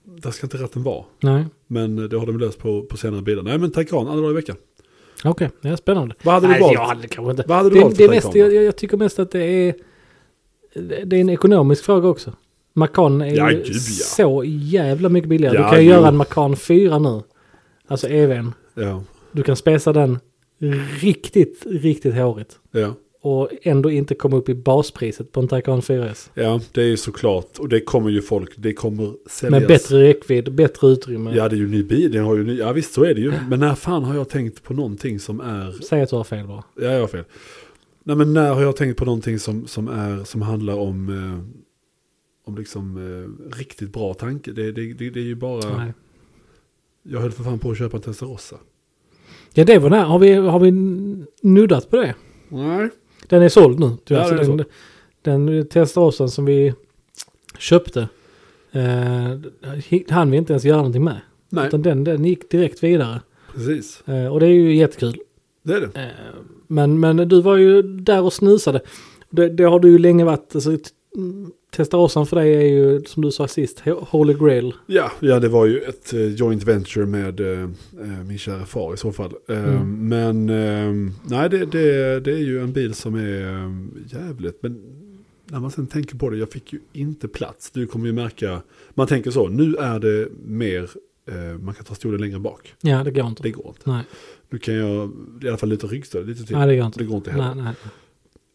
Speaker 2: där ska inte ratten vara.
Speaker 1: Nej.
Speaker 2: Men eh, det har de löst på, på senare bilar. Nej men Taycan, alla dagar i veckan.
Speaker 1: Okej, det är spännande.
Speaker 2: Vad hade du
Speaker 1: Nej,
Speaker 2: valt?
Speaker 1: Jag hade kanske inte.
Speaker 2: Vad hade du
Speaker 1: det,
Speaker 2: valt
Speaker 1: det
Speaker 2: för
Speaker 1: är mest,
Speaker 2: Taycan
Speaker 1: jag,
Speaker 2: då?
Speaker 1: jag tycker mest att det är, det är en ekonomisk fråga också. Macan är
Speaker 2: Ja,
Speaker 1: ju
Speaker 2: gud, ja.
Speaker 1: så jävla mycket billigare.
Speaker 2: Ja,
Speaker 1: du kan ju
Speaker 2: jo.
Speaker 1: göra en Macan 4 nu. Alltså EVn.
Speaker 2: Ja,
Speaker 1: Du kan spesa den riktigt, riktigt hårigt.
Speaker 2: ja.
Speaker 1: Och ändå inte komma upp i baspriset på en Taycan 4S.
Speaker 2: ja, det är ju såklart. Och det kommer ju folk, det kommer säljas.
Speaker 1: Med bättre räckvidd, bättre utrymme.
Speaker 2: Ja, det är ju ny bil, den har ju ny, ja visst så är det ju. Men när fan har jag tänkt på någonting som är
Speaker 1: Säg att du har fel bara.
Speaker 2: Ja, jag har fel. Nej, men när har jag tänkt på någonting som, som, är, som handlar om, eh, om liksom, eh, riktigt bra tanke? Det, det, det, det är ju bara...
Speaker 1: Nej.
Speaker 2: Jag höll för fan på att köpa en Testarossa.
Speaker 1: Ja, det var den här. Har vi, har vi nuddat på det?
Speaker 2: Nej.
Speaker 1: Den är såld nu. Tyvärr.
Speaker 2: Ja,
Speaker 1: så
Speaker 2: den är
Speaker 1: den, den, Testarossen som vi köpte. Eh, han vi inte ens göra någonting med.
Speaker 2: Nej,
Speaker 1: Utan den, den gick direkt vidare.
Speaker 2: precis.
Speaker 1: Eh, och det är ju jättekul.
Speaker 2: Det är det.
Speaker 1: Eh, men, men du var ju där och snusade. Det, det har du ju länge varit. Alltså, t- mm, Testarossen för dig är ju som du sa sist, ho- Holy Grail.
Speaker 2: Ja, ja, det var ju ett eh, joint venture med eh, eh, min kära far i så fall. Eh,
Speaker 1: Mm.
Speaker 2: Men eh, nej, det, det, det är ju en bil som är eh, jävligt. Men när man sen tänker på det, jag fick ju inte plats. Du kommer ju märka, man tänker så, nu är det mer, eh, man kan ta stolen längre bak.
Speaker 1: Ja, det går inte.
Speaker 2: Det går inte.
Speaker 1: nej.
Speaker 2: Nu kan jag i alla fall lite ryggstöd, lite till.
Speaker 1: nej, det går inte.
Speaker 2: Det går inte heller.
Speaker 1: nej, nej.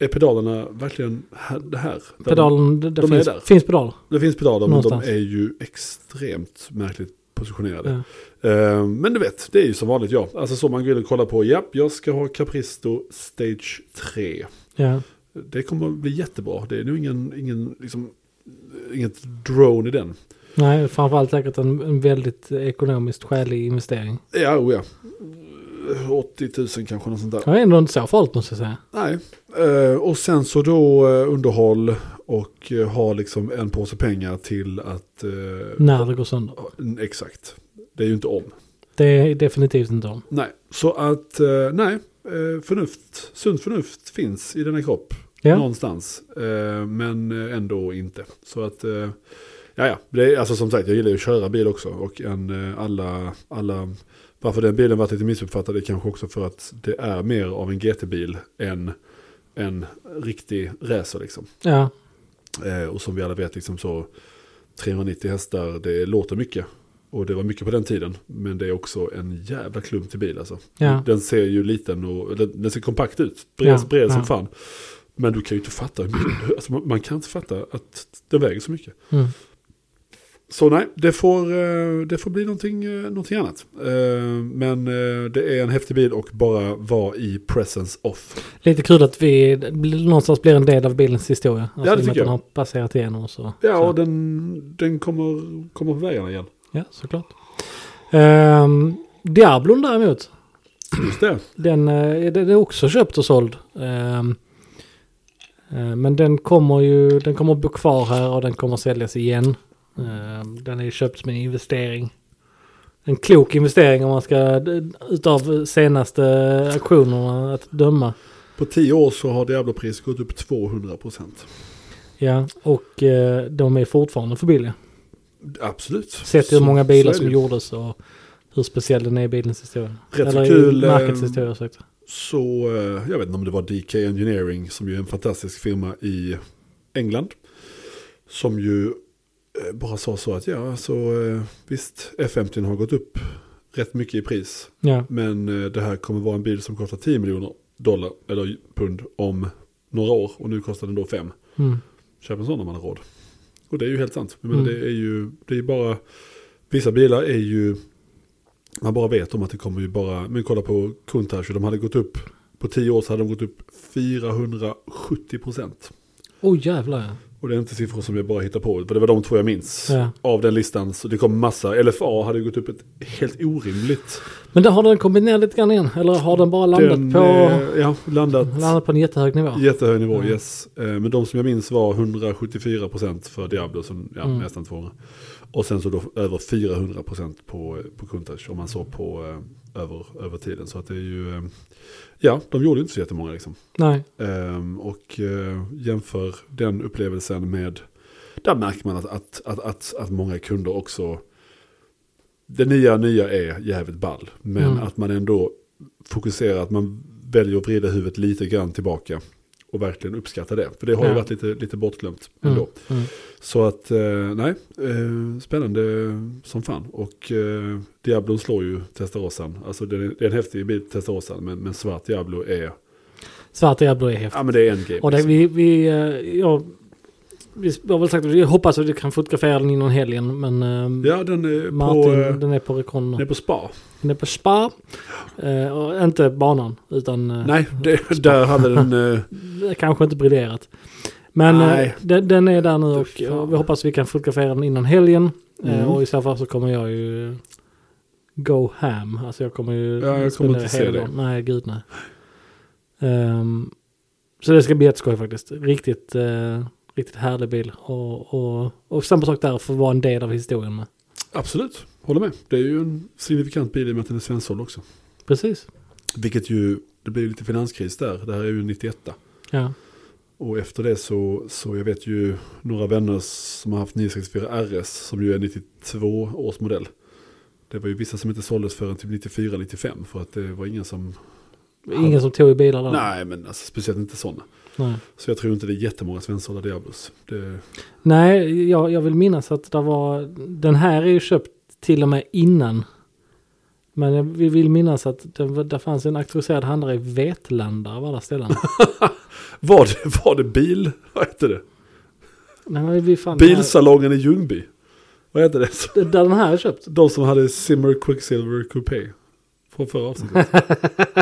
Speaker 2: Är pedalerna verkligen här? Det, här? Där
Speaker 1: Pedalen, det, det
Speaker 2: de är
Speaker 1: finns,
Speaker 2: där.
Speaker 1: finns pedaler.
Speaker 2: De, det finns pedaler,
Speaker 1: Någonstans.
Speaker 2: men de är ju extremt märkligt positionerade.
Speaker 1: Ja.
Speaker 2: Eh, men du vet, det är ju som vanligt jag. Alltså så man går in och kollar på, japp, jag ska ha Capristo Stage 3.
Speaker 1: Ja.
Speaker 2: Det kommer att bli jättebra. Det är nog ingen, ingen liksom, inget drone i den.
Speaker 1: Nej, framförallt säkert en, en väldigt ekonomiskt skälig investering.
Speaker 2: Ja, oh ja. 80 000 kanske, något sånt där.
Speaker 1: Det var ändå inte så farligt måste jag säga.
Speaker 2: Nej, eh, och sen så då eh, underhåll och eh, ha liksom en påse pengar till att... eh,
Speaker 1: När det går sönder.
Speaker 2: ja, Exakt, det är ju inte om.
Speaker 1: Det är definitivt inte om.
Speaker 2: Nej, så att eh, nej, eh, förnuft, sunt förnuft finns i denna kropp
Speaker 1: Ja,
Speaker 2: någonstans. Eh, Men eh, ändå inte. Så att, eh, ja ja, det är, alltså som sagt jag gillar ju att köra bil också. Och en, eh, alla, alla, varför den bilen varit lite missuppfattad är kanske också för att det är mer av en GT-bil än en riktig racer liksom.
Speaker 1: ja,
Speaker 2: Eh, Och som vi alla vet liksom så 390 hästar, det låter mycket. Och det var mycket på den tiden, men det är också en jävla klump till bil alltså.
Speaker 1: ja.
Speaker 2: Den ser ju liten och den, den ser kompakt ut. Bred,
Speaker 1: Ja,
Speaker 2: bred som
Speaker 1: ja.
Speaker 2: fan. Men du kan ju inte fatta. hur mycket- Alltså man, man kan inte fatta att den väger så mycket.
Speaker 1: Mm.
Speaker 2: Så nej, det får, eh, det får bli någonting, eh, någonting annat. Eh, Men eh, det är en häftig bil och bara vara i presence off.
Speaker 1: Lite kul att vi någonstans blir en del av bilens historia. Alltså, i
Speaker 2: det
Speaker 1: och med
Speaker 2: tycker
Speaker 1: att
Speaker 2: jag.
Speaker 1: Den har passerat igenom och så.
Speaker 2: Ja,
Speaker 1: så.
Speaker 2: och den, den kommer, kommer på vägarna igen.
Speaker 1: Ja, såklart. Ehm, Diablon däremot.
Speaker 2: Just det.
Speaker 1: Den, eh, den är också köpt och såld. Ehm, eh, men den kommer ju den kommer att bo kvar här och den kommer att säljas igen. Ehm, den är ju köpt som en investering. En klok investering om man ska d- utav senaste auktionerna att döma.
Speaker 2: På tio år så har Diablo-priset gått upp 200 procent.
Speaker 1: Ja, och eh, de är fortfarande för billiga.
Speaker 2: Absolut.
Speaker 1: Sett hur
Speaker 2: Så-
Speaker 1: många
Speaker 2: så
Speaker 1: bilar
Speaker 2: är det
Speaker 1: som
Speaker 2: ju. gjordes
Speaker 1: gjordes och hur speciell den är i bilens historia.
Speaker 2: Rätt så
Speaker 1: Eller
Speaker 2: kul,
Speaker 1: i
Speaker 2: eh,
Speaker 1: markets historia. ursäkta.
Speaker 2: Så eh, jag vet inte om det var DK Engineering som ju är en fantastisk firma i England. Som ju eh, bara sa så att ja, så eh, visst, F50 har gått upp rätt mycket i pris.
Speaker 1: Ja,
Speaker 2: Men eh, det här kommer vara en bil som kostar 10 miljoner dollar eller pund om några år. Och nu kostar den då 5.
Speaker 1: mm.
Speaker 2: Köp en sån om man har råd. Och det är ju helt sant. Men
Speaker 1: Mm.
Speaker 2: det är ju det är ju bara, vissa bilar är ju, man bara vet om att det kommer ju bara, men kolla på Countach, de hade gått upp, på 10 år så hade de gått upp 470 procent.
Speaker 1: Oh jävlar ja.
Speaker 2: Och det är inte siffror som jag bara hittar på, för det var de två jag minns.
Speaker 1: Ja.
Speaker 2: Av den listan, så det kom massa, LFA hade gått upp ett helt orimligt.
Speaker 1: Men där har den kommit ner lite grann igen? Eller har den bara landat,
Speaker 2: Den,
Speaker 1: på,
Speaker 2: eh, Ja, landat.
Speaker 1: landat på en jättehög nivå? Mm.
Speaker 2: Jättehög nivå,
Speaker 1: Ja.
Speaker 2: yes. Eh, Men de som jag minns var 174% för Diablo, som, ja,
Speaker 1: Mm.
Speaker 2: nästan 200. Och sen så då över 400% på, eh, på Countach, om man så på eh, över, över tiden. Så att det är ju, eh, ja, de gjorde ju inte så jättemånga liksom.
Speaker 1: Nej.
Speaker 2: Ehm, och eh, jämför den upplevelsen med, där märker man att, att, att, att, att många kunder också, det nya nya är jävligt ball, men
Speaker 1: Mm.
Speaker 2: att man ändå fokuserar, att man väljer att vrida huvudet lite grann tillbaka och verkligen uppskatta det. För det har ju
Speaker 1: Ja.
Speaker 2: varit lite, lite bortglömt
Speaker 1: Mm.
Speaker 2: ändå.
Speaker 1: Mm.
Speaker 2: Så att, eh, nej, eh, spännande som fan. Och eh, Diablon slår ju Testarosan. Alltså det är, det är en häftig bit Testarosan, men, men svart Diablo är,
Speaker 1: Svart Diablo är häftigt.
Speaker 2: ja men det är en game.
Speaker 1: och det, vi, vi, eh, ja, vi jag har väl sagt att vi hoppas att vi kan fotografera den innan helgen. Men eh,
Speaker 2: Ja, den är
Speaker 1: Martin,
Speaker 2: på, eh, den
Speaker 1: den är på Recon.
Speaker 2: är på spa.
Speaker 1: Den är på Spa. Eh, och inte banan, utan eh,
Speaker 2: Nej, det, där hade den... eh,
Speaker 1: det kanske inte briljerat. Men
Speaker 2: Nej.
Speaker 1: eh, den, den är där nu
Speaker 2: Fy
Speaker 1: och
Speaker 2: fan.
Speaker 1: eh, vi hoppas vi kan fotografera den innan helgen. Eh,
Speaker 2: Mm.
Speaker 1: Och i så fall så kommer jag ju eh, go ham. Alltså jag kommer ju...
Speaker 2: Ja, jag kommer
Speaker 1: spendera
Speaker 2: inte se
Speaker 1: hela
Speaker 2: det.
Speaker 1: dagen. Nej, gud nej. Ehm, så det ska bli jätteskoj faktiskt. Riktigt, eh, riktigt härlig bil. Och, och, och samma sak där, för att vara en del av historien med.
Speaker 2: absolut, håller med. Det är ju en signifikant bil i och med att den är svensksåld också.
Speaker 1: Precis.
Speaker 2: Vilket ju, det blir ju lite finanskris där. Det här är ju 91.
Speaker 1: Ja.
Speaker 2: Och efter det så, så jag vet ju några vänner som har haft 964 RS som ju är 92 års modell. Det var ju vissa som inte såldes förrän typ 94-95 för att det var ingen som...
Speaker 1: Ingen som tog i bilar där.
Speaker 2: Nej, men alltså, speciellt inte sådana.
Speaker 1: nej.
Speaker 2: Så jag tror inte det är jättemånga svensksålda Diablos. Det,
Speaker 1: Nej, jag, jag vill minnas att det var... Den här är ju köpt till och med innan. Men jag vi vill minnas att det, var- där fanns en auktoriserad handlare i Vetlanda av alla ställen.
Speaker 2: var, det, var det bil? Vad heter det?
Speaker 1: Nej, men vi fann
Speaker 2: Bilsalongen i Ljungby. Vad heter
Speaker 1: Den
Speaker 2: det?
Speaker 1: här, där den här är köpt.
Speaker 2: De som hade Simmer Quicksilver Coupé. Från förra avsnittet.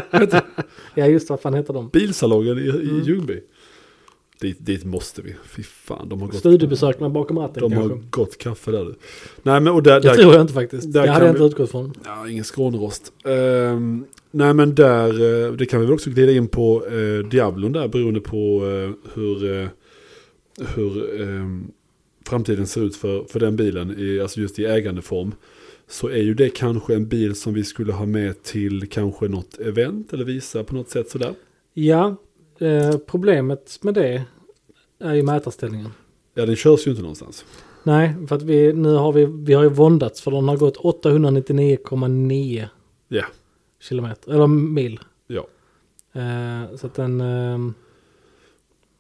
Speaker 1: Ja, just det, vad fan heter de?
Speaker 2: Bilsalongen i, i
Speaker 1: Mm.
Speaker 2: Ljungby. Dit, dit måste vi. Fy fan, de har gått...
Speaker 1: Studiebesök med bakom ratten
Speaker 2: De
Speaker 1: kanske.
Speaker 2: har gott kaffe där. du. Nej men och där...
Speaker 1: Jag
Speaker 2: där
Speaker 1: tror jag inte faktiskt.
Speaker 2: där
Speaker 1: Det hade
Speaker 2: kan
Speaker 1: jag inte
Speaker 2: vi-
Speaker 1: utgått från.
Speaker 2: ja, ingen skånerost. Ehm, nej men där, eh, det kan vi väl också glida in på uh, Diablon där beroende på eh, hur, eh, hur ehm, framtiden ser ut för, för den bilen, i, alltså just i ägandeform. Så är ju det kanske en bil som vi skulle ha med till kanske något event eller visa på något sätt sådär.
Speaker 1: Ja, eh, problemet med det är ju mätarställningen.
Speaker 2: Ja den körs ju inte någonstans.
Speaker 1: Nej, för att vi, nu har vi, vi har ju våndats för den har gått 899,9
Speaker 2: Ja,
Speaker 1: kilometer, eller mil.
Speaker 2: ja.
Speaker 1: Eh, så att den... ehm,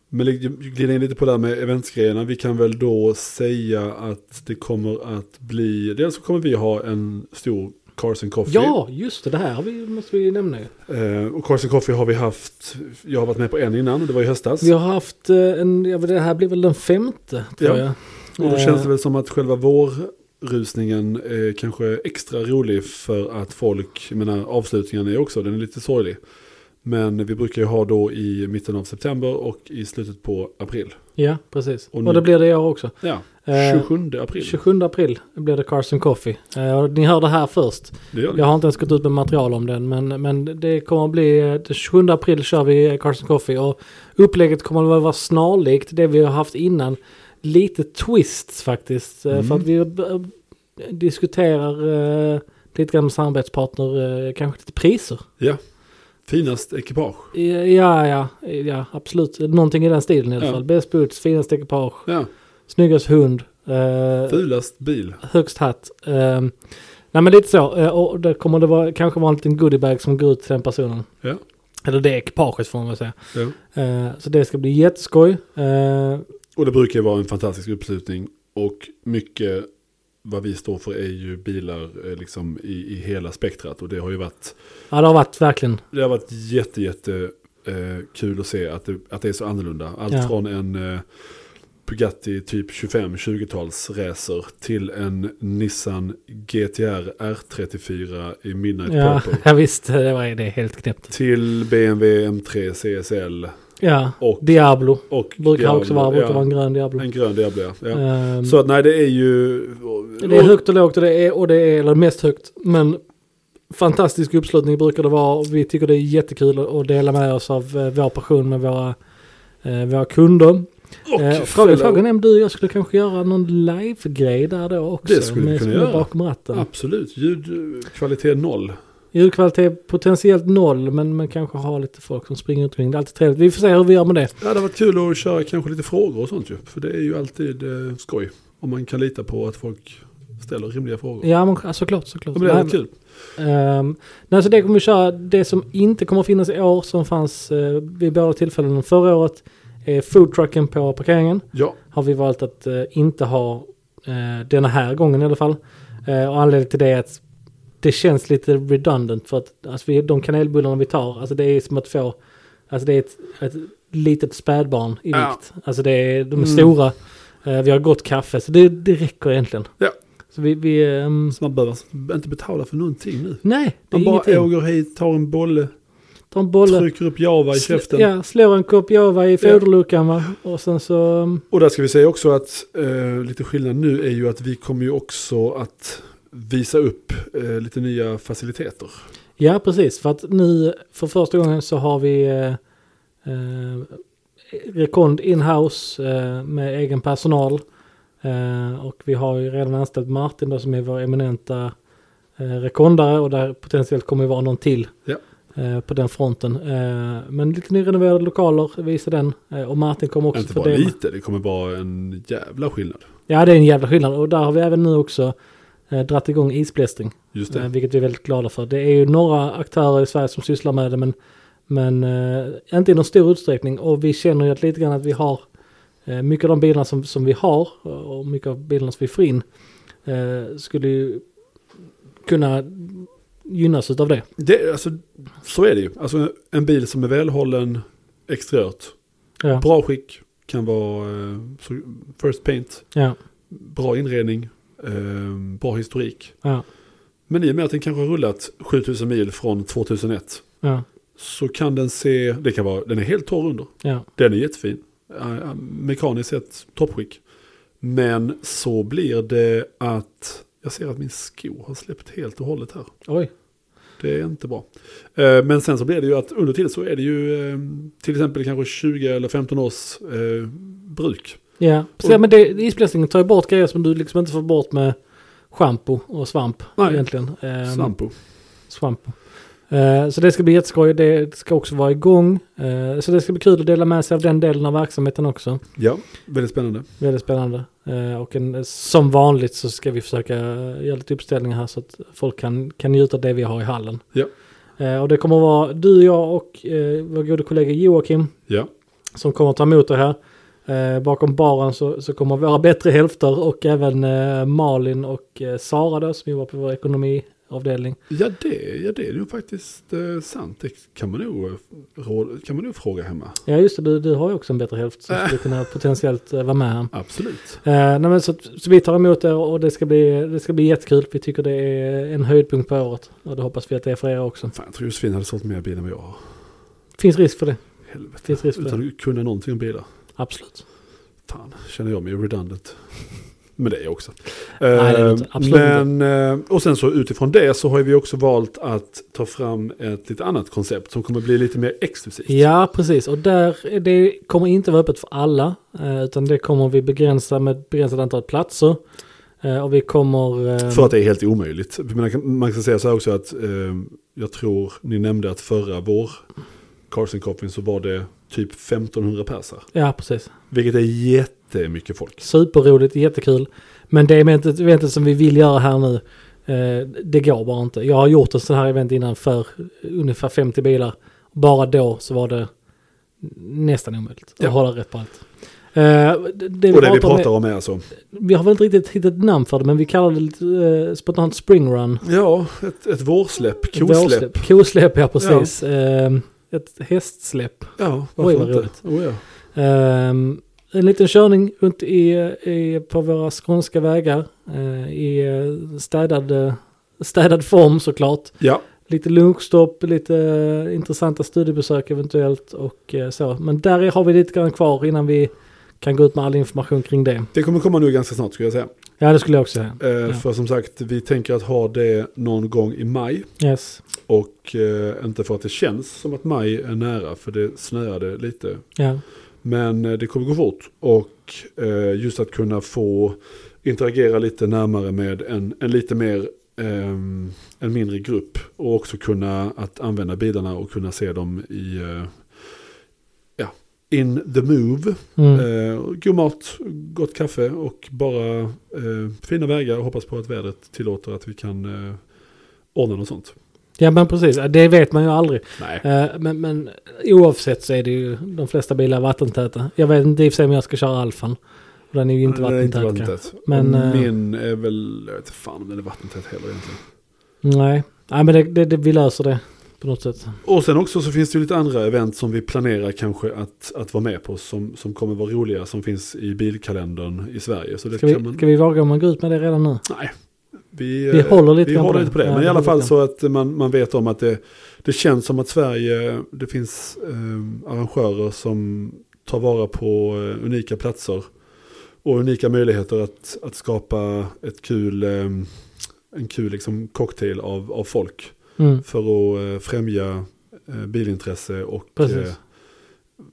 Speaker 2: Men li- glida in lite på det här med eventsgrejerna. Vi kan väl då säga att det kommer att bli, dels så kommer vi ha en stor Cars and Coffee.
Speaker 1: ja, just det. Det här har vi, måste vi nämna ju.
Speaker 2: Eh, och Cars and Coffee har vi haft, jag har varit med på en innan, det var i höstas.
Speaker 1: Vi har haft eh, en... Ja, men det här blir väl den femte, tror
Speaker 2: Ja.
Speaker 1: jag.
Speaker 2: Och då
Speaker 1: Eh,
Speaker 2: känns det väl som att själva vår rusningen är kanske extra rolig för att folk, jag menar avslutningen är också, den är lite sorglig. Men vi brukar ju ha då i mitten av september och i slutet på april.
Speaker 1: Eh, Ja, precis.
Speaker 2: Och
Speaker 1: Och,
Speaker 2: nu-
Speaker 1: det blir det i år också.
Speaker 2: Ja,
Speaker 1: Eh,
Speaker 2: 27 april.
Speaker 1: 27 april blir det Carson Coffee. Eh, och ni hör det här först.
Speaker 2: Det gör
Speaker 1: Jag
Speaker 2: det.
Speaker 1: har inte ens gått ut med material om den, men, men det kommer att bli... eh, Den 27 april kör vi eh, Carson Coffee och upplägget kommer att vara snarlikt det vi har haft innan. Lite twists faktiskt, eh, för att vi eh, diskuterar eh, lite grann med samarbetspartner, eh, kanske lite priser.
Speaker 2: Ja. Finast ekipage.
Speaker 1: Ja, ja, ja, absolut. Någonting i den stilen i alla
Speaker 2: Ja.
Speaker 1: fall. Bäst boots, finaste ekipage,
Speaker 2: Ja.
Speaker 1: snyggast hund, eh,
Speaker 2: Fulast bil.
Speaker 1: högst hatt. Eh, nej, men lite så. Eh, och det kommer det vara, kanske vara en liten goodiebag som går ut till den personen.
Speaker 2: Ja.
Speaker 1: Eller det ekipaget får man väl säga.
Speaker 2: ja.
Speaker 1: Eh, så det ska bli jätteskoj. Eh,
Speaker 2: Och det brukar ju vara en fantastisk uppslutning. Och mycket vad vi står för är ju bilar eh, liksom i, i hela spektrat. Och det har ju varit,
Speaker 1: ja, det har varit verkligen.
Speaker 2: det har varit jätte, jätte eh, kul att se att det, att det är så annorlunda. Allt
Speaker 1: Ja.
Speaker 2: från en eh, Bugatti typ 25-20-tals racer till en Nissan GTR R34 i Midnight
Speaker 1: Ja,
Speaker 2: Purple.
Speaker 1: ja, visst. Det var det är helt knäppt.
Speaker 2: Till BMW M3 CSL
Speaker 1: Ja,
Speaker 2: och...
Speaker 1: Diablo.
Speaker 2: och
Speaker 1: Brukar
Speaker 2: Diablo,
Speaker 1: också vara, brukar
Speaker 2: ja.
Speaker 1: vara en grön Diablo.
Speaker 2: En grön Diablo, ja. ja.
Speaker 1: Ehm,
Speaker 2: Så att nej, det är ju...
Speaker 1: Det är högt och lågt och det är, och det är eller mest högt. Men fantastisk uppslutning brukar det vara. och Vi tycker det är jättekul att- att dela med oss av eh, vår passion med våra, eh, våra kunder.
Speaker 2: Och
Speaker 1: Eh,
Speaker 2: fellow-
Speaker 1: frågan, frågan är om du och jag skulle kanske göra någon live-grej där då också.
Speaker 2: Det skulle vi
Speaker 1: med-
Speaker 2: kunna
Speaker 1: som är
Speaker 2: göra.
Speaker 1: Bakom ratten.
Speaker 2: Absolut, ljudkvalitet noll.
Speaker 1: Ljudkvalitet potentiellt noll men, men kanske ha lite folk som springer runt omkring. Det är alltid trevligt. Vi får se hur vi gör med det.
Speaker 2: Det hade varit kul att köra kanske lite frågor och sånt ju. För det är ju alltid eh, skoj. Om man kan lita på att folk ställer rimliga frågor.
Speaker 1: Ja men ja, såklart, såklart.
Speaker 2: Men det hade
Speaker 1: Nej,
Speaker 2: varit kul.
Speaker 1: Ehm, nej, så det kommer vi köra. Det som inte kommer finnas i år som fanns uh, vid båda tillfällen förra året är foodtrucken på parkeringen.
Speaker 2: Ja,
Speaker 1: Har vi valt att eh, inte ha uh, denna här gången i alla fall. Eh, och anledningen till det är att det känns lite redundant för att alltså, vi, de kanelbullarna vi tar, alltså det är som att få, alltså det är ett, ett litet spädbarn i
Speaker 2: Ja.
Speaker 1: vikt. Alltså det är, de är
Speaker 2: Mm.
Speaker 1: stora, Eh, vi har gott kaffe, så det, det räcker egentligen.
Speaker 2: Ja.
Speaker 1: Så vi, vi ehm,
Speaker 2: så man behöver inte betala för någonting nu.
Speaker 1: nej, det är
Speaker 2: Man bara
Speaker 1: ingenting.
Speaker 2: åker hit, tar en bolle,
Speaker 1: Ta en bolle.
Speaker 2: trycker upp Java i
Speaker 1: Sl-
Speaker 2: käften.
Speaker 1: Ja, slår en kopp Java i foderluckan va. Och sen så... um,
Speaker 2: Och där ska vi säga också att eh, lite skillnad nu är ju att vi kommer ju också att visa upp eh, lite nya faciliteter.
Speaker 1: Ja, precis. För att nu för första gången så har vi eh, eh, Rekond in-house eh, med egen personal. Eh, och vi har ju redan anställt Martin då som är vår eminenta eh, rekondare och där potentiellt kommer det vara någon till.
Speaker 2: Ja.
Speaker 1: eh, På den fronten. Eh, Men lite nyrenoverade lokaler visar den. Eh, Och Martin kommer också
Speaker 2: inte
Speaker 1: få
Speaker 2: bara
Speaker 1: det.
Speaker 2: lite, det kommer vara en jävla skillnad.
Speaker 1: Ja det är en jävla skillnad. Och där har vi även nu också eh, dratt igång isblästring.
Speaker 2: Just det.
Speaker 1: Eh, Vilket vi är väldigt glada för. Det är ju några aktörer i Sverige som sysslar med det men, men eh, inte i någon stor utsträckning. Och vi känner ju att lite grann att vi har eh, mycket av de bilarna som, som vi har och mycket av bilarna som vi får in eh, skulle ju kunna gynnas av det.
Speaker 2: Det, alltså, så är det ju. Alltså, en bil som är välhållen exteriört,
Speaker 1: Ja,
Speaker 2: bra skick, kan vara eh, så- first paint,
Speaker 1: ja,
Speaker 2: bra inredning, eh, bra historik.
Speaker 1: ja,
Speaker 2: Men i och med att den kanske har rullat 7000 mil från 2001
Speaker 1: ja,
Speaker 2: så kan den se, det kan vara, den är helt torr under.
Speaker 1: ja,
Speaker 2: Den är jättefin. Eh, eh, Mekaniskt sett toppskick. Men så blir det att, jag ser att min sko har släppt helt och hållet här.
Speaker 1: oj,
Speaker 2: Det är inte bra. Eh, Men sen så blir det ju att under till så är det ju eh, till exempel kanske 20 eller 15 års eh, bruk.
Speaker 1: ja. Så,
Speaker 2: Och-
Speaker 1: ja men det, isblästringen tar ju bort grejer som du liksom inte får bort med schampo och svamp
Speaker 2: Nej.
Speaker 1: egentligen. Ehm,
Speaker 2: Svampo.
Speaker 1: Swamp. Eh, så det ska bli jätteskoj. Det ska också vara igång. Eh, så det ska bli kul att dela med sig av den delen av verksamheten också.
Speaker 2: Ja, väldigt spännande.
Speaker 1: Väldigt spännande. Eh, och en, som vanligt så ska vi försöka göra lite uppställningar här så att folk kan, kan njuta av det vi har i hallen.
Speaker 2: Ja.
Speaker 1: Eh, och det kommer vara du, jag och eh, vår gode kollega Joakim
Speaker 2: Ja,
Speaker 1: som kommer att ta emot det här. Eh, bakom baren så, så kommer våra bättre hälfter och även eh, Malin och eh, Sara då, som jobbar på vår ekonomi avdelning.
Speaker 2: Ja det, ja, det är ju faktiskt eh, sant. Det kan man, nog, eh, råd, kan man nog fråga hemma.
Speaker 1: Ja just det, du, du har ju också en bättre hälft som skulle kunna potentiellt eh, vara med här.
Speaker 2: Absolut.
Speaker 1: Eh, nej, men så, så vi tar emot er och det ska, bli, det ska bli jättekul. Vi tycker det är en höjdpunkt på året. Och det hoppas vi att det är för er också.
Speaker 2: Fan, jag tror Josefin hade sålt mer bilar än vad jag har.
Speaker 1: Finns risk för det.
Speaker 2: Helvete.
Speaker 1: Finns risk för
Speaker 2: Utan
Speaker 1: det.
Speaker 2: att kunna någonting om bilar.
Speaker 1: Absolut.
Speaker 2: Fan, känner jag mig redundant. Men det är jag också.
Speaker 1: Nej, det är
Speaker 2: Eh,
Speaker 1: inte- absolut
Speaker 2: men, eh, och sen så utifrån det så har vi också valt att ta fram ett lite annat koncept som kommer bli lite mer exklusivt.
Speaker 1: Ja, precis. Och där, är det kommer inte vara öppet för alla. eh, Utan det kommer vi begränsa med ett begränsat antal platser. Eh, Och vi kommer... eh,
Speaker 2: För att det är helt omöjligt. Jag menar, Man kan säga så här också att eh, jag tror ni nämnde att förra vår Carson Coffin så var det typ 1500 persar.
Speaker 1: Ja, precis.
Speaker 2: Vilket är jättemycket folk.
Speaker 1: Superroligt, jättekul. Men det eventet, eventet som vi vill göra här nu, eh, det går bara inte. Jag har gjort ett sån här event innan för ungefär 50 bilar. Bara då så var det nästan omöjligt
Speaker 2: Ja.
Speaker 1: att hålla rätt på allt. Eh, det, det
Speaker 2: Och det vi pratar om är alltså.
Speaker 1: Vi har väl inte riktigt hittat ett namn för det, men vi kallar det lite, eh, spontant Spring Run.
Speaker 2: Ja, ett, ett vårsläpp, kosläpp.
Speaker 1: Vårsläpp. Kosläpp, ja precis. Eh, ett hästsläpp.
Speaker 2: Ja,
Speaker 1: Oj,
Speaker 2: varför
Speaker 1: vad
Speaker 2: inte?
Speaker 1: roligt.
Speaker 2: Oh, ja.
Speaker 1: Ehm, en liten körning runt i, i, på våra skånska vägar eh, i eh, städad, eh, städad form såklart.
Speaker 2: ja,
Speaker 1: Lite lunchstopp, lite eh, intressanta studiebesök eventuellt och eh, så. Men där har vi lite grann kvar innan vi kan gå ut med all information kring det.
Speaker 2: det kommer komma nu ganska snart skulle jag säga.
Speaker 1: Ja, det skulle jag också säga.
Speaker 2: Eh,
Speaker 1: Ja.
Speaker 2: För som sagt, vi tänker att ha det någon gång i maj.
Speaker 1: Yes.
Speaker 2: Och eh, inte för att det känns som att maj är nära, för det snöade lite
Speaker 1: Ja.
Speaker 2: Men eh, det kommer gå fort. Och eh, just att kunna få interagera lite närmare med en, en lite mer ehm, en mindre grupp. Och också kunna att använda bilarna och kunna se dem i eh, ja, in the move.
Speaker 1: Mm.
Speaker 2: Eh, god mat, gott kaffe och bara eh, fina vägar. Och hoppas på att vädret tillåter att vi kan eh, ordna något sånt.
Speaker 1: ja, men precis. Ja, Det vet man ju aldrig.
Speaker 2: Nej.
Speaker 1: Eh, Men, men oavsett så är det ju de flesta bilar vattentäta. Jag vet inte i och för sig om jag ska köra Alfan. Och Den är ju inte
Speaker 2: Den är
Speaker 1: vattentät. kanske.
Speaker 2: vattentät.
Speaker 1: Men,
Speaker 2: Och
Speaker 1: eh,
Speaker 2: Min är väl, jag vet inte fan om den är vattentät heller egentligen.
Speaker 1: Nej, Nej men det, det, det, vi löser det på något sätt.
Speaker 2: Och sen också så finns det ju lite andra event som vi planerar kanske att, att vara med på som, som kommer vara roliga som finns i bilkalendern i Sverige. Så det
Speaker 1: Ska
Speaker 2: kan
Speaker 1: vi,
Speaker 2: man...
Speaker 1: ska vi våga om man går ut med det redan nu?
Speaker 2: Nej. Vi,
Speaker 1: Vi
Speaker 2: eh,
Speaker 1: håller lite
Speaker 2: vi
Speaker 1: grann på
Speaker 2: håller
Speaker 1: det.
Speaker 2: inte på det.
Speaker 1: Ja,
Speaker 2: men
Speaker 1: vi
Speaker 2: i alla
Speaker 1: håller
Speaker 2: fall
Speaker 1: lite
Speaker 2: så att man, man vet om att det, det känns som att Sverige, det finns eh, arrangörer som tar vara på eh, unika platser och unika möjligheter att, att skapa ett kul, eh, en kul liksom cocktail av, av folk
Speaker 1: Mm.
Speaker 2: för att eh, främja eh, bilintresse och
Speaker 1: Precis.
Speaker 2: eh,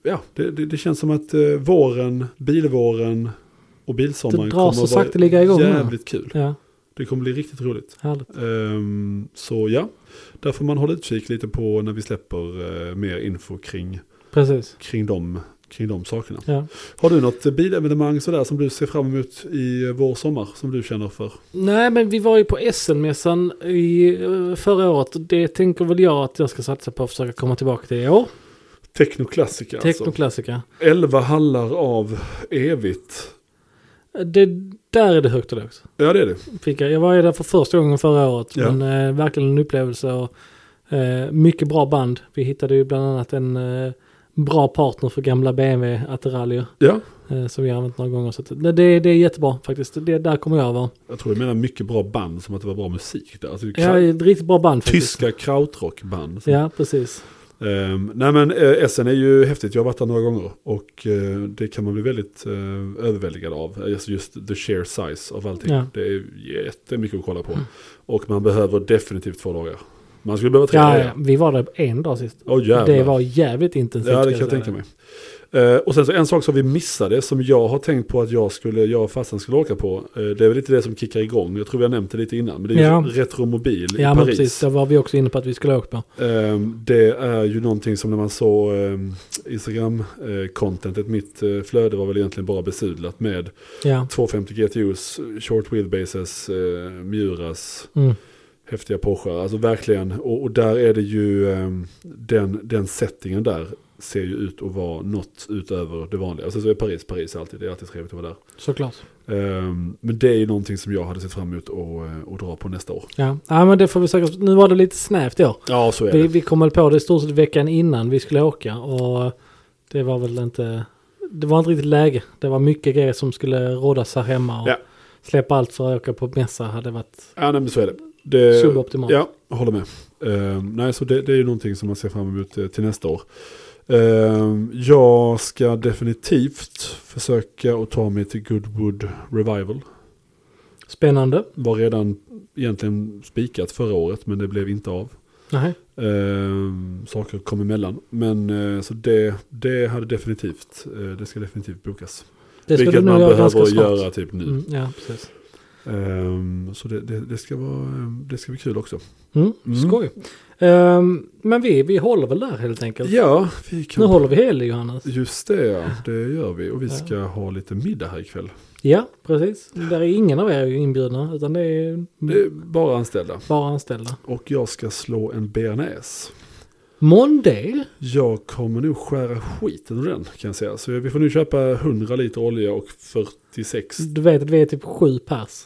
Speaker 2: ja, det, det, det känns som att eh, våren, bilvåren och bilsommaren
Speaker 1: Det drar så
Speaker 2: kommer att
Speaker 1: sakteliga igång
Speaker 2: vara
Speaker 1: nu.
Speaker 2: jävligt kul.
Speaker 1: Ja,
Speaker 2: Det kommer bli riktigt roligt.
Speaker 1: härligt.
Speaker 2: Ehm, så ja, där får man hålla utkik lite på när vi släpper eh, mer info kring,
Speaker 1: Precis.
Speaker 2: kring, de, kring de sakerna.
Speaker 1: Ja.
Speaker 2: Har du något eh, bilevenemang sådär som du ser fram emot i eh, vår sommar som du känner för?
Speaker 1: Nej, men vi var ju på Essenmässan i, eh, förra året. och Det tänker väl jag att jag ska satsa på att försöka komma tillbaka till i år.
Speaker 2: Teknoklassiker alltså.
Speaker 1: Technoklassiker.
Speaker 2: Elva hallar av evigt.
Speaker 1: Det, där är det högt och lågt.
Speaker 2: Ja det är det.
Speaker 1: fick jag. Jag var ju där för första gången förra året.
Speaker 2: Ja.
Speaker 1: Men eh, verkligen en upplevelse och eh, mycket bra band. Vi hittade ju bland annat en eh, bra partner för gamla BMW Attiraljer.
Speaker 2: Ja,
Speaker 1: Eh, som vi har använt några gånger. Så att, nej, det, det är jättebra faktiskt. Det, där kommer jag vara.
Speaker 2: Jag tror du menar mycket bra band som att det var bra musik där. Alltså,
Speaker 1: Jag
Speaker 2: kra-
Speaker 1: är ett riktigt bra band faktiskt.
Speaker 2: tyska krautrockband.
Speaker 1: Ja, precis.
Speaker 2: Ehm, nej men eh, Essen är ju häftigt, jag har varit där några gånger. Och eh, det kan man bli väldigt eh, överväldigad av. Alltså just the sheer size av allting.
Speaker 1: Ja. Mm.
Speaker 2: Det är jättemycket att kolla på. Och man behöver definitivt två dagar. Man skulle behöva tre
Speaker 1: Ja, ja,
Speaker 2: dagar.
Speaker 1: vi var där en dag sist.
Speaker 2: Åh jävlar.
Speaker 1: Det var jävligt intensivt.
Speaker 2: Ja,
Speaker 1: ska
Speaker 2: det kan jag
Speaker 1: säga
Speaker 2: tänka mig. Eh, och sen så en sak som vi missade, som jag har tänkt på att jag, skulle, jag och farsan skulle åka på. eh, det är väl lite det som kickar igång, jag tror vi har nämnt det lite innan. Men det är
Speaker 1: Ja.
Speaker 2: ju Retromobil i
Speaker 1: Ja, men
Speaker 2: Paris.
Speaker 1: precis. Det var vi också inne på att vi skulle åka på.
Speaker 2: Ehm, Det är ju någonting som när man såg ehm, Instagram-contentet, mitt eh, flöde var väl egentligen bara besudlat med
Speaker 1: Ja.
Speaker 2: 250 GTUs, short wheelbases, eh, Miuras,
Speaker 1: Mm.
Speaker 2: häftiga Porschar. Alltså verkligen, och, och där är det ju ehm, den, den settingen där ser ju ut att vara något utöver det vanliga. Alltså så är Paris, Paris alltid, det är alltid trevligt att vara där.
Speaker 1: Såklart.
Speaker 2: Ehm, men det är ju någonting som jag hade sett fram emot att, eh, att dra på nästa år.
Speaker 1: Ja. ja, men det får vi säkert. Nu var det lite snävt i år.
Speaker 2: Ja, så är
Speaker 1: Vi,
Speaker 2: det.
Speaker 1: vi kom väl på det i stort sett veckan innan vi skulle åka och det var väl inte... Det var inte riktigt läge. Det var mycket grejer som skulle rådas här hemma och
Speaker 2: Ja.
Speaker 1: släppa allt för att åka på mässa hade varit...
Speaker 2: Ja, nej, men så är det. det
Speaker 1: Suboptimalt.
Speaker 2: Eh, Ja, jag håller med. Ehm, nej, så det, det är ju någonting som man ser fram emot eh, till nästa år. Ehm, jag ska definitivt försöka att ta mig till Goodwood Revival.
Speaker 1: Spännande.
Speaker 2: Var redan egentligen spikat förra året, men det blev inte av.
Speaker 1: Nej.
Speaker 2: Ehm, saker kom emellan. Men eh, så det, det hade definitivt, eh, det ska definitivt bokas.
Speaker 1: Det ska
Speaker 2: Vilket
Speaker 1: du nog
Speaker 2: man
Speaker 1: göra
Speaker 2: behöver
Speaker 1: ganska snart.
Speaker 2: göra typ nu.
Speaker 1: Mm, ja, precis.
Speaker 2: Ehm, så det, det, det, ska vara, eh, det ska bli kul också.
Speaker 1: Mm,
Speaker 2: Mm.
Speaker 1: Skoj. Ehm, men vi, vi håller väl där helt enkelt.
Speaker 2: Ja, vi
Speaker 1: Nu
Speaker 2: kan...
Speaker 1: håller vi helig Johannes.
Speaker 2: Just det, ja. det gör vi. Och vi
Speaker 1: Ja.
Speaker 2: ska ha lite middag här ikväll.
Speaker 1: Ja, precis. Där är ingen av er inbjudna utan det är
Speaker 2: Det är bara anställda.
Speaker 1: bara anställda.
Speaker 2: Och jag ska slå en bearnaise.
Speaker 1: Monday?
Speaker 2: Jag kommer nog skära skiten ur den kan jag säga. Så vi får nu köpa 100 liter olja och 46.
Speaker 1: Du vet att vi är typ sju pers.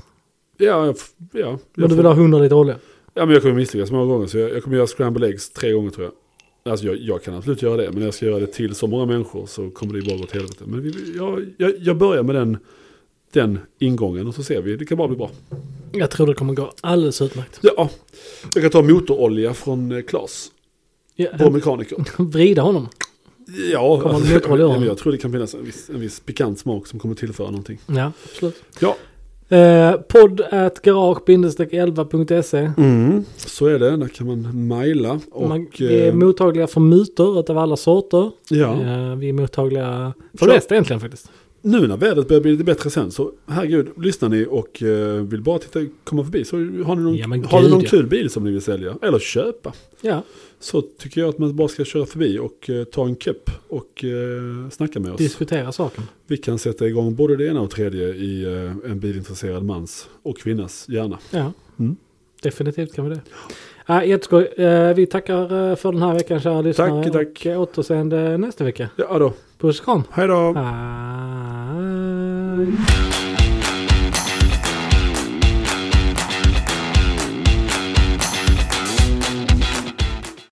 Speaker 2: Ja, jag, f- ja, jag
Speaker 1: Men du
Speaker 2: får-
Speaker 1: vill ha 100 liter olja?
Speaker 2: Ja men jag kommer misslyckas många gånger så jag, jag kommer göra scramble eggs tre gånger tror jag. Alltså jag, jag kan absolut göra det men när jag ska göra det till så många människor så kommer det ju bara gå åt helvete. Men vi- vi, jag, jag, jag börjar med den, den ingången och så ser vi, det kan bara bli bra.
Speaker 1: Jag tror det kommer gå alldeles utmärkt.
Speaker 2: Ja, jag kan ta motorolja från eh, Klas,
Speaker 1: Ja,
Speaker 2: vår mekaniker.
Speaker 1: vrida honom.
Speaker 2: Ja,
Speaker 1: Kommer
Speaker 2: alltså,
Speaker 1: motorolja
Speaker 2: jag,
Speaker 1: då?
Speaker 2: men jag tror det kan finnas en viss, en viss pikant smak som kommer tillföra någonting.
Speaker 1: Ja, absolut.
Speaker 2: Ja,
Speaker 1: Eh, podd at garage-11.se.
Speaker 2: mm. så är det, där kan man mejla. Och,
Speaker 1: Man vi är
Speaker 2: eh,
Speaker 1: mottagliga för mutor utav alla sorter.
Speaker 2: ja.
Speaker 1: Eh, vi är mottagliga för
Speaker 2: Kör.
Speaker 1: det mesta egentligen faktiskt.
Speaker 2: Nu när vädret börjar bli lite bättre sen så herregud, lyssnar ni och eh, vill bara titta, komma förbi så har ni någon,
Speaker 1: Ja, men
Speaker 2: har ni
Speaker 1: gud,
Speaker 2: någon
Speaker 1: ja.
Speaker 2: kul bil som ni vill sälja eller köpa.
Speaker 1: Ja,
Speaker 2: Så tycker jag att man bara ska köra förbi och eh, ta en kopp och eh, snacka med oss.
Speaker 1: diskutera saken.
Speaker 2: Vi kan sätta igång både det ena och tredje i eh, en bilintresserad mans och kvinnas hjärna.
Speaker 1: Ja,
Speaker 2: Mm.
Speaker 1: definitivt kan vi det. Ja, jätteskoj. Eh, vi tackar eh, för den här veckan kära lyssnare.
Speaker 2: Tack, tack.
Speaker 1: Och eh, återseende nästa vecka.
Speaker 2: Ja då,
Speaker 1: Puss och kram.
Speaker 2: hej då!
Speaker 1: Hej.